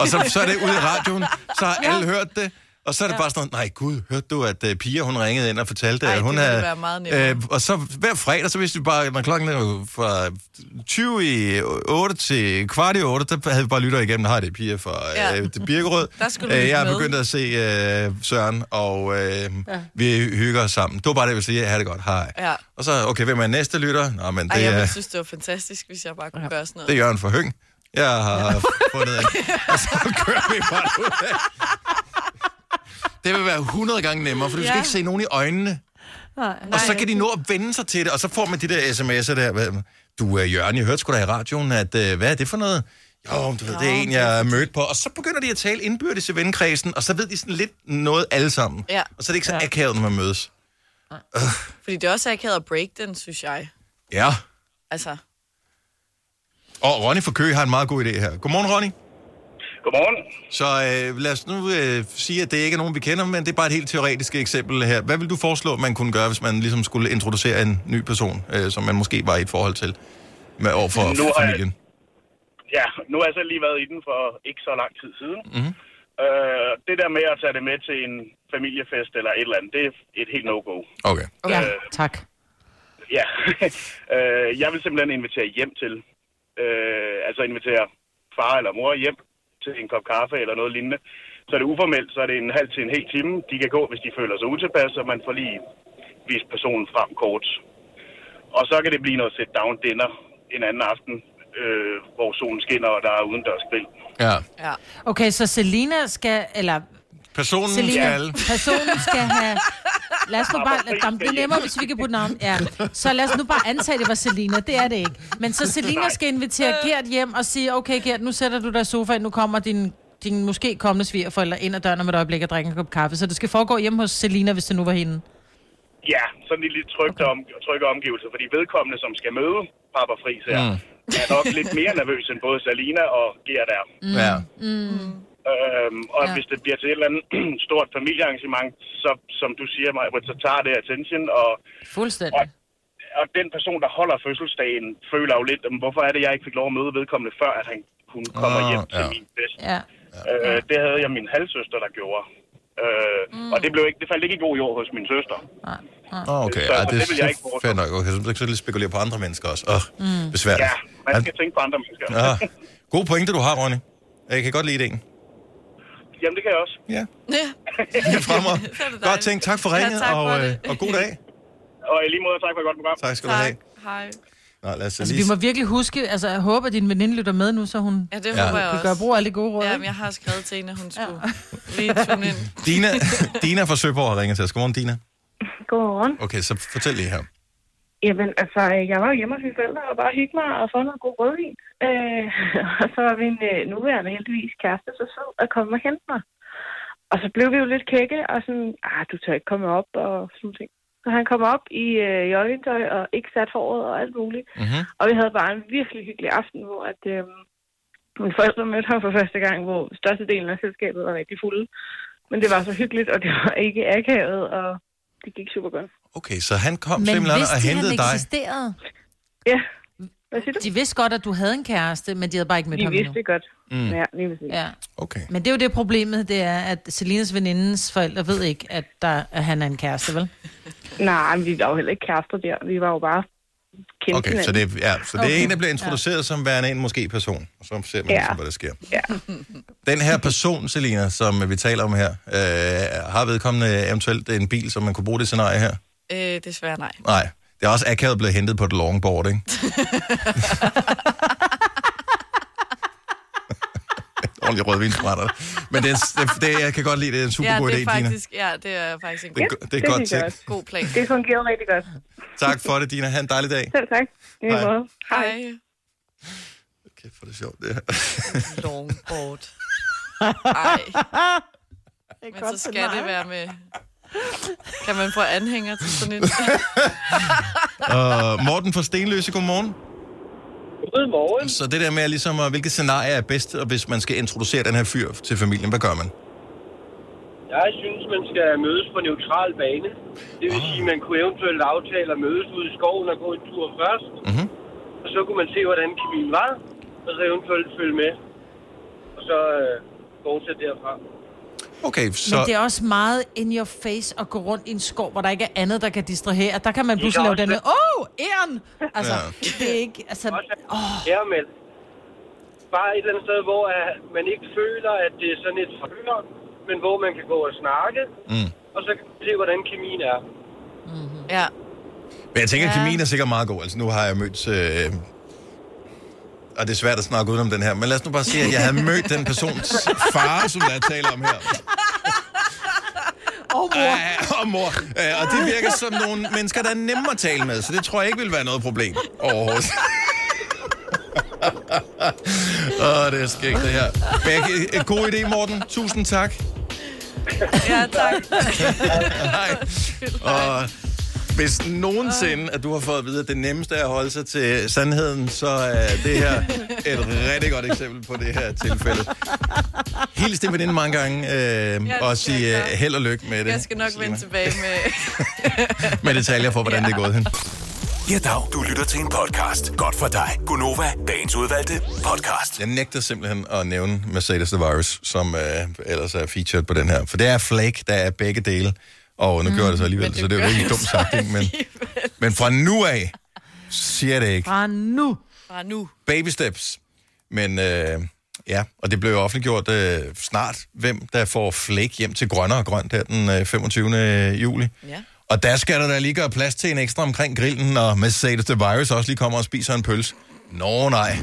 Speaker 1: Og så, så er det ude i radioen, så har alle hørt det, og så er det
Speaker 4: Ja.
Speaker 1: bare sådan, noget, nej gud, hørte du, at øh, Pia hun ringede ind og fortalte,
Speaker 4: Ej,
Speaker 1: at
Speaker 4: det
Speaker 1: hun
Speaker 4: ville
Speaker 1: havde... Øh,
Speaker 4: være meget nemmere.
Speaker 1: og så hver fredag, så vidste vi bare, når klokken er fra 20 i 8 til kvart i 8, der havde vi bare lytter igennem, har det er Pia fra
Speaker 4: Ja.
Speaker 1: øh, det Birkerød.
Speaker 4: Der skulle du
Speaker 1: Øh,
Speaker 4: lytte
Speaker 1: Jeg er
Speaker 4: med.
Speaker 1: begyndt at se øh, Søren, og øh, ja.
Speaker 4: Ja.
Speaker 1: vi hygger os sammen. Det var bare det, jeg ville sige. Ha' det godt. Hej.
Speaker 4: Ja.
Speaker 1: Og så, okay, hvem er næste lytter? Nå, men
Speaker 4: Ej,
Speaker 1: det,
Speaker 4: jeg
Speaker 1: er,
Speaker 4: ville synes, det var fantastisk, hvis jeg bare kunne gøre sådan noget.
Speaker 1: det er Jørgen fra Høng. Jeg har ja. fundet en. Og så kører vi bare ud af. Det vil være 100 gange nemmere, for du skal
Speaker 2: Ja.
Speaker 1: ikke se nogen i øjnene.
Speaker 2: Nej.
Speaker 1: Og så kan de nå at vende sig til det, og så får man de der sms'er der. hvad- Du, øh, Jørgen, jeg hørte sgu da i radioen, at øh, hvad er det for noget? Jo, du ved, det er en, jeg mødte på. Og så begynder de at tale indbyrdes i vennekredsen, og så ved de sådan lidt noget alle sammen.
Speaker 4: Ja.
Speaker 1: Og så er det ikke så akavet, når man mødes.
Speaker 4: Fordi det er også akavet at break den, synes jeg.
Speaker 1: Ja.
Speaker 4: Altså,
Speaker 1: Og Ronny fra Køge har en meget god idé her. Godmorgen, Ronny. Godmorgen. Så øh, lad os nu øh, sige, at det ikke er nogen, vi kender, men det er bare et helt teoretisk eksempel her. Hvad vil du foreslå, man kunne gøre, hvis man ligesom skulle introducere en ny person, øh, som man måske var i et forhold til, med over for
Speaker 7: Nu har jeg-
Speaker 1: familien?
Speaker 7: Ja, nu har jeg selv lige været i den for ikke så lang tid siden.
Speaker 1: Mhm.
Speaker 7: Øh, det der med at tage det med til en familiefest eller et eller andet, det er et helt no-go.
Speaker 1: Okay.
Speaker 2: Ja,
Speaker 7: Øh,
Speaker 2: tak.
Speaker 7: ja. øh, jeg vil simpelthen invitere hjem til. Øh, altså invitere far eller mor hjem til en kop kaffe eller noget lignende. Så er det uformelt, så er det en halv til en hel time. De kan gå, hvis de føler sig utilpas, og man får lige vist personen frem kort. Og så kan det blive noget sit-down dinner en anden aften, øh, hvor solen skinner, og der er udendørs grill.
Speaker 1: Ja.
Speaker 4: ja.
Speaker 2: Okay, så Selina skal, eller
Speaker 1: Personen
Speaker 2: Selina,
Speaker 1: skal...
Speaker 2: personen skal have... Lad os nu bare... Jamen, det er nemmere, hvis vi kan putte navn. Ja. Så lad os nu bare antage, det var Selina. Det er det ikke. Men så Selina
Speaker 4: Nej.
Speaker 2: skal invitere Gert hjem og sige, okay Gert, nu sætter du dig i sofaen, nu kommer din din måske kommende svigerforældre ind ad døren om et øjeblik og drikker en kop kaffe. Så det skal foregå hjemme hos Selina, hvis det nu var hende.
Speaker 7: Ja, sådan de lidt trygte, okay. om, trygge omgivelser, fordi vedkommende, som skal møde Papa Friis her,
Speaker 1: Mm.
Speaker 7: er nok lidt mere nervøs end både Salina og Gert er.
Speaker 1: Mm. Ja.
Speaker 2: Mm.
Speaker 7: Øhm,
Speaker 2: Ja.
Speaker 7: og ja. hvis det bliver til et eller andet stort familiearrangement, så, som du siger, Maja, så tager det attention, og,
Speaker 2: Fuldstændig.
Speaker 7: og den person, der holder fødselsdagen, føler jo lidt, "Jamen, hvorfor er det, jeg ikke fik lov at møde vedkommende, før at han kunne komme
Speaker 1: Ah,
Speaker 7: hjem til
Speaker 1: ja.
Speaker 7: min fest.
Speaker 2: Ja.
Speaker 7: Øh, det havde jeg min halvsøster, der gjorde. Øh, mm. Og det, blev ikke, det faldt ikke i god jord hos min søster.
Speaker 1: Oh, okay,
Speaker 7: Så-
Speaker 1: ja,
Speaker 7: så
Speaker 1: det,
Speaker 7: det vil jeg ikke
Speaker 1: er fair nok. Okay, så kan du lige spekulere på andre mennesker også. Åh, oh,
Speaker 7: Mm.
Speaker 1: mm. besværligt.
Speaker 7: Ja, man skal tænke på andre mennesker.
Speaker 1: Ja. Ah. God pointe, du har, Ronny. Jeg kan godt lide ideen.
Speaker 7: Jamen, det kan jeg også.
Speaker 1: Ja.
Speaker 4: Ja.
Speaker 1: Fremmer. Godt tænkt. Tak for
Speaker 7: Ja,
Speaker 1: ringet,
Speaker 7: tak for
Speaker 1: og,
Speaker 7: det.
Speaker 1: øh, og god dag.
Speaker 7: Og i lige måde, tak for et godt program.
Speaker 1: Tak skal du have.
Speaker 4: Hej.
Speaker 1: Nej, lad os
Speaker 2: Altså,
Speaker 1: lige...
Speaker 2: vi må virkelig huske, altså jeg håber, at din veninde lytter med nu, så hun
Speaker 4: Ja, det
Speaker 1: Ja.
Speaker 4: håber jeg
Speaker 1: Du
Speaker 4: også.
Speaker 2: kan gøre brug af alle de gode råd.
Speaker 4: Ja,
Speaker 2: ikke?
Speaker 4: men jeg har skrevet til hende, at hun skulle lige tune ind.
Speaker 1: Dina, Dina fra Søborg har ringet til os. Godmorgen, Dina.
Speaker 8: Godmorgen.
Speaker 1: Okay, så fortæl lige her.
Speaker 8: Jamen, altså, øh, jeg var jo hjemme hos mine forældre og bare hyggede mig og få noget god rødvin. Øh, og så var min øh, nuværende heldigvis kæreste så sød at komme og hente mig. Og så blev vi jo lidt kække og sådan, ah, du tør ikke komme op og sådan nogle ting. Så han kom op i øh, joggingtøj og ikke sat foråret og alt muligt.
Speaker 1: Mm-hmm.
Speaker 8: Og vi havde bare en virkelig hyggelig aften, hvor at, øh, mine forældre mødte ham for første gang, hvor størstedelen af selskabet var rigtig fulde. Men det var så hyggeligt, og det var ikke akavet, og det gik super godt.
Speaker 1: Okay, så han kom
Speaker 2: Men
Speaker 1: simpelthen
Speaker 2: vidste
Speaker 1: og
Speaker 2: de,
Speaker 1: hentede
Speaker 2: han
Speaker 1: dig.
Speaker 2: eksisterede?
Speaker 8: Ja.
Speaker 2: De vidste godt, at du havde en kæreste, men de havde bare ikke mødt
Speaker 8: De
Speaker 2: ham
Speaker 8: vidste
Speaker 2: endnu.
Speaker 8: det godt.
Speaker 1: Mm.
Speaker 8: Ja, lige præcis.
Speaker 2: Ja.
Speaker 1: Okay.
Speaker 2: Men det er jo det problemet, det er, at Selinas venindens forældre ved ikke, at, der, at han er en kæreste, vel?
Speaker 8: Nej, men vi var jo heller ikke kærester der. Vi var jo bare kendt
Speaker 1: Okay, så
Speaker 8: hinanden.
Speaker 1: det, er- ja, så det okay.
Speaker 8: Okay.
Speaker 1: er en, der bliver introduceret ja. som værende en måske person. Og så ser man,
Speaker 8: Ja.
Speaker 1: ja. hvad der sker.
Speaker 8: Ja.
Speaker 1: Den her person, Selina, som vi taler om her, øh, har vedkommende eventuelt en bil, som man kunne bruge det scenarie her?
Speaker 4: Øh, desværre nej.
Speaker 1: Nej. Det er også akavet at blive hentet på et longboard, ikke? Ordentlig rødvinsbrætter. Men det, er, det, det, jeg kan godt lide, det er en super
Speaker 4: ja,
Speaker 1: ja, god idé,
Speaker 4: det er
Speaker 1: Dina.
Speaker 4: faktisk, Ja, det er faktisk en
Speaker 1: Det er go- det er et godt
Speaker 8: synes jeg
Speaker 1: tip.
Speaker 8: også.
Speaker 4: god plan.
Speaker 8: Det fungerede rigtig godt.
Speaker 1: Tak for det, Dina. Ha' en dejlig dag.
Speaker 8: Selv tak. I
Speaker 1: Hej.
Speaker 8: lige måde.
Speaker 4: Hej.
Speaker 1: For det er sjovt, det her.
Speaker 4: Longboard. Ej. Ah! Men så skal det være med... Kan man få anhænger til sådan en?
Speaker 1: Og Morten fra Stenløse, godmorgen.
Speaker 19: Godmorgen.
Speaker 1: Så det der med, at ligesom, at hvilke scenarier er bedst, og hvis man skal introducere den her fyr til familien, hvad gør man?
Speaker 19: Jeg synes, man skal mødes på neutral bane. Det
Speaker 1: Ah.
Speaker 19: vil sige, at man kunne eventuelt aftale at mødes ude i skoven og gå en tur først.
Speaker 1: Mhm.
Speaker 19: Og så kunne man se, hvordan kemien var, og så eventuelt følge med. Og så øh, fortsætte derfra.
Speaker 1: Okay,
Speaker 2: Så...
Speaker 1: så...
Speaker 2: Men det er også meget in your face at gå rundt i en skov, hvor der ikke er andet, der kan distrahere. Der kan man
Speaker 19: Det
Speaker 2: pludselig
Speaker 19: kan
Speaker 2: lave den
Speaker 19: også
Speaker 2: med, åh, oh, æren! Altså,
Speaker 19: Ja.
Speaker 2: ja. det er ikke, altså, åh,
Speaker 19: Hermel. Bare et eller andet sted, hvor øh, man ikke føler, at det er sådan et forhør, men hvor man kan gå og snakke,
Speaker 1: Mm.
Speaker 19: og så kan man se, hvordan kemien er.
Speaker 4: Ja.
Speaker 1: Men jeg tænker, at
Speaker 19: Ja.
Speaker 1: kemien er sikkert meget god. Altså, nu har jeg mødt... Øh... Og det er svært at snakke udenom den her, men lad os nu bare sige, at jeg havde mødt den persons far, som jeg taler om her.
Speaker 2: Og
Speaker 1: mor. Æh, og mor. Æh, Øh, og det virker som nogle mennesker, der er nemme at tale med, så det tror jeg ikke vil være noget problem overhovedet. Åh, oh, det er skægt det her. Men jeg, en god idé, Morten. Tusind tak.
Speaker 4: Ja, tak.
Speaker 1: Hej. Og hvis nogensinde, at du har fået at vide, at det nemmeste er at holde sig til sandheden, så er det her et rigtig godt eksempel på det her tilfælde. Hils din veninde mange gange, øh,
Speaker 4: det
Speaker 1: og
Speaker 4: skal
Speaker 1: sig øh,
Speaker 4: jeg gøre.
Speaker 1: held og lykke med det.
Speaker 4: Jeg skal nok vende tilbage med...
Speaker 1: Med detaljer for, hvordan det er gået hen.
Speaker 9: Ja, dag. Du lytter til en podcast. Godt for dig. Gunova, dagens udvalgte podcast.
Speaker 1: Jeg nægter simpelthen at nævne Mercedes The Virus, som øh, ellers er featured på den her. For det er flake, der er begge dele. Og nu mm, gør jeg det så alligevel, så det er jo ikke dumt sagt. ikke? Men, men fra nu af siger jeg det ikke.
Speaker 2: fra nu.
Speaker 4: Fra nu.
Speaker 1: Baby steps. Men øh, ja, og det blev jo offentliggjort øh, snart, hvem der får flake hjem til Grønne og Grønt her den øh, 25. juli.
Speaker 4: Ja.
Speaker 1: Og der skal der da lige gøre plads til en ekstra omkring grillen, og Mercedes The Virus også lige kommer og spiser en pølse. Nå nej.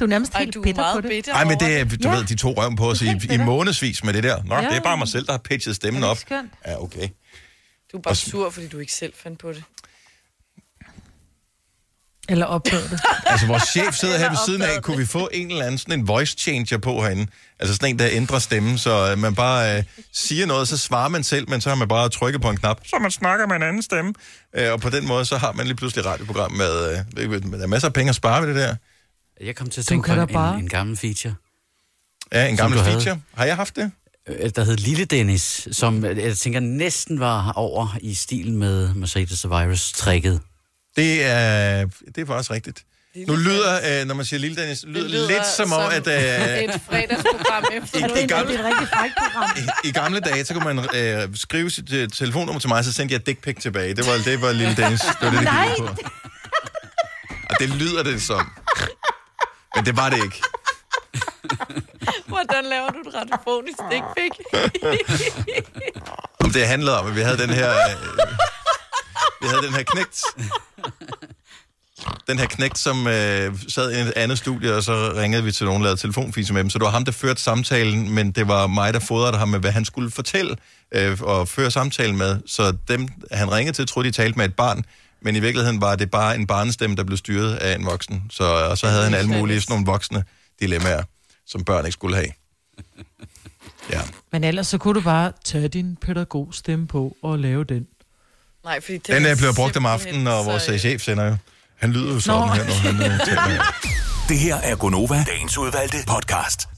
Speaker 2: Du er nærmest helt
Speaker 4: du er
Speaker 2: bitter på
Speaker 4: meget
Speaker 2: det.
Speaker 4: bitter
Speaker 1: Nej, men det er, du
Speaker 2: Ja.
Speaker 1: ja. ved, de to røven på os i, i månedsvis med det der. Nå,
Speaker 4: Ja.
Speaker 1: ja. det er bare mig selv, der har pitchet stemmen
Speaker 4: Er det
Speaker 1: op.
Speaker 4: ikke skønt?
Speaker 1: Ja, okay.
Speaker 4: Du er bare sur, fordi du ikke selv fandt på det.
Speaker 2: Eller opdagede det.
Speaker 1: Altså, vores chef sidder her ved siden af. Kunne vi få en eller anden sådan en voice changer på herinde? Altså sådan en, der ændrer stemmen, så øh, man bare øh, siger noget, så svarer man selv, men så har man bare trykket på en knap, så man snakker med en anden stemme. Øh, og på den måde, så har man lige pludselig et radioprogram med... Øh, ved- der er masser af penge at spare ved det der.
Speaker 20: Jeg kom til at
Speaker 1: Du
Speaker 20: tænke på
Speaker 1: kan
Speaker 20: en,
Speaker 1: da bare-
Speaker 20: en, en gammel feature.
Speaker 1: Ja, en
Speaker 20: Som
Speaker 1: gammel
Speaker 20: du havde.
Speaker 1: feature. Har jeg haft det?
Speaker 20: Øh, Der hed Lille Dennis, som øh, jeg tænker næsten var over i stil med Mercedes The Virus-trækket.
Speaker 1: Det er, det er faktisk rigtigt. Nu lyder, øh, når man siger Lille Dennis, lyder, lyder lidt som, om, at... Øh,
Speaker 4: Et fredagsprogram efter
Speaker 1: I- i
Speaker 4: noget.
Speaker 1: gamle-
Speaker 4: Det er et rigtig frækt program.
Speaker 1: I gamle dage, så kunne man øh, skrive sit øh, telefonnummer til mig, så sendte jeg et dick pic tilbage. Det var, det var lille Dennis. Det var det, det
Speaker 2: Nej.
Speaker 1: gik ud på. Og det lyder det som. Men det var det ikke.
Speaker 4: Hvordan laver du et radiofonisk dickpic?
Speaker 1: Om det handlede om, at vi havde den her... Øh, vi havde den her knægt. Den her knægt, som øh, sad i et andet studie, og så ringede vi til nogen, lavede telefonfise med dem. Så det var ham, der førte samtalen, men det var mig, der fodrede ham med, hvad han skulle fortælle øh, og føre samtalen med. Så dem, han ringede til, troede, de talte med et barn, men i virkeligheden var det bare en barnestemme, der blev styret af en voksen. Så, og så havde han alle mulige sådan nogle voksne dilemmaer, som børn ikke skulle have.
Speaker 2: Men ellers så kunne du bare tage din pædagogstemme på og lave den.
Speaker 4: Nej, fordi det
Speaker 1: Den
Speaker 4: er
Speaker 1: der bliver brugt om
Speaker 4: simpelthen
Speaker 1: aftenen, og
Speaker 4: så- øh,
Speaker 1: vores øh, chef sender jo. Han lyder jo
Speaker 4: Nå.
Speaker 1: sådan her, når han øh, taler.
Speaker 9: Det her er Gonova, dagens udvalgte podcast.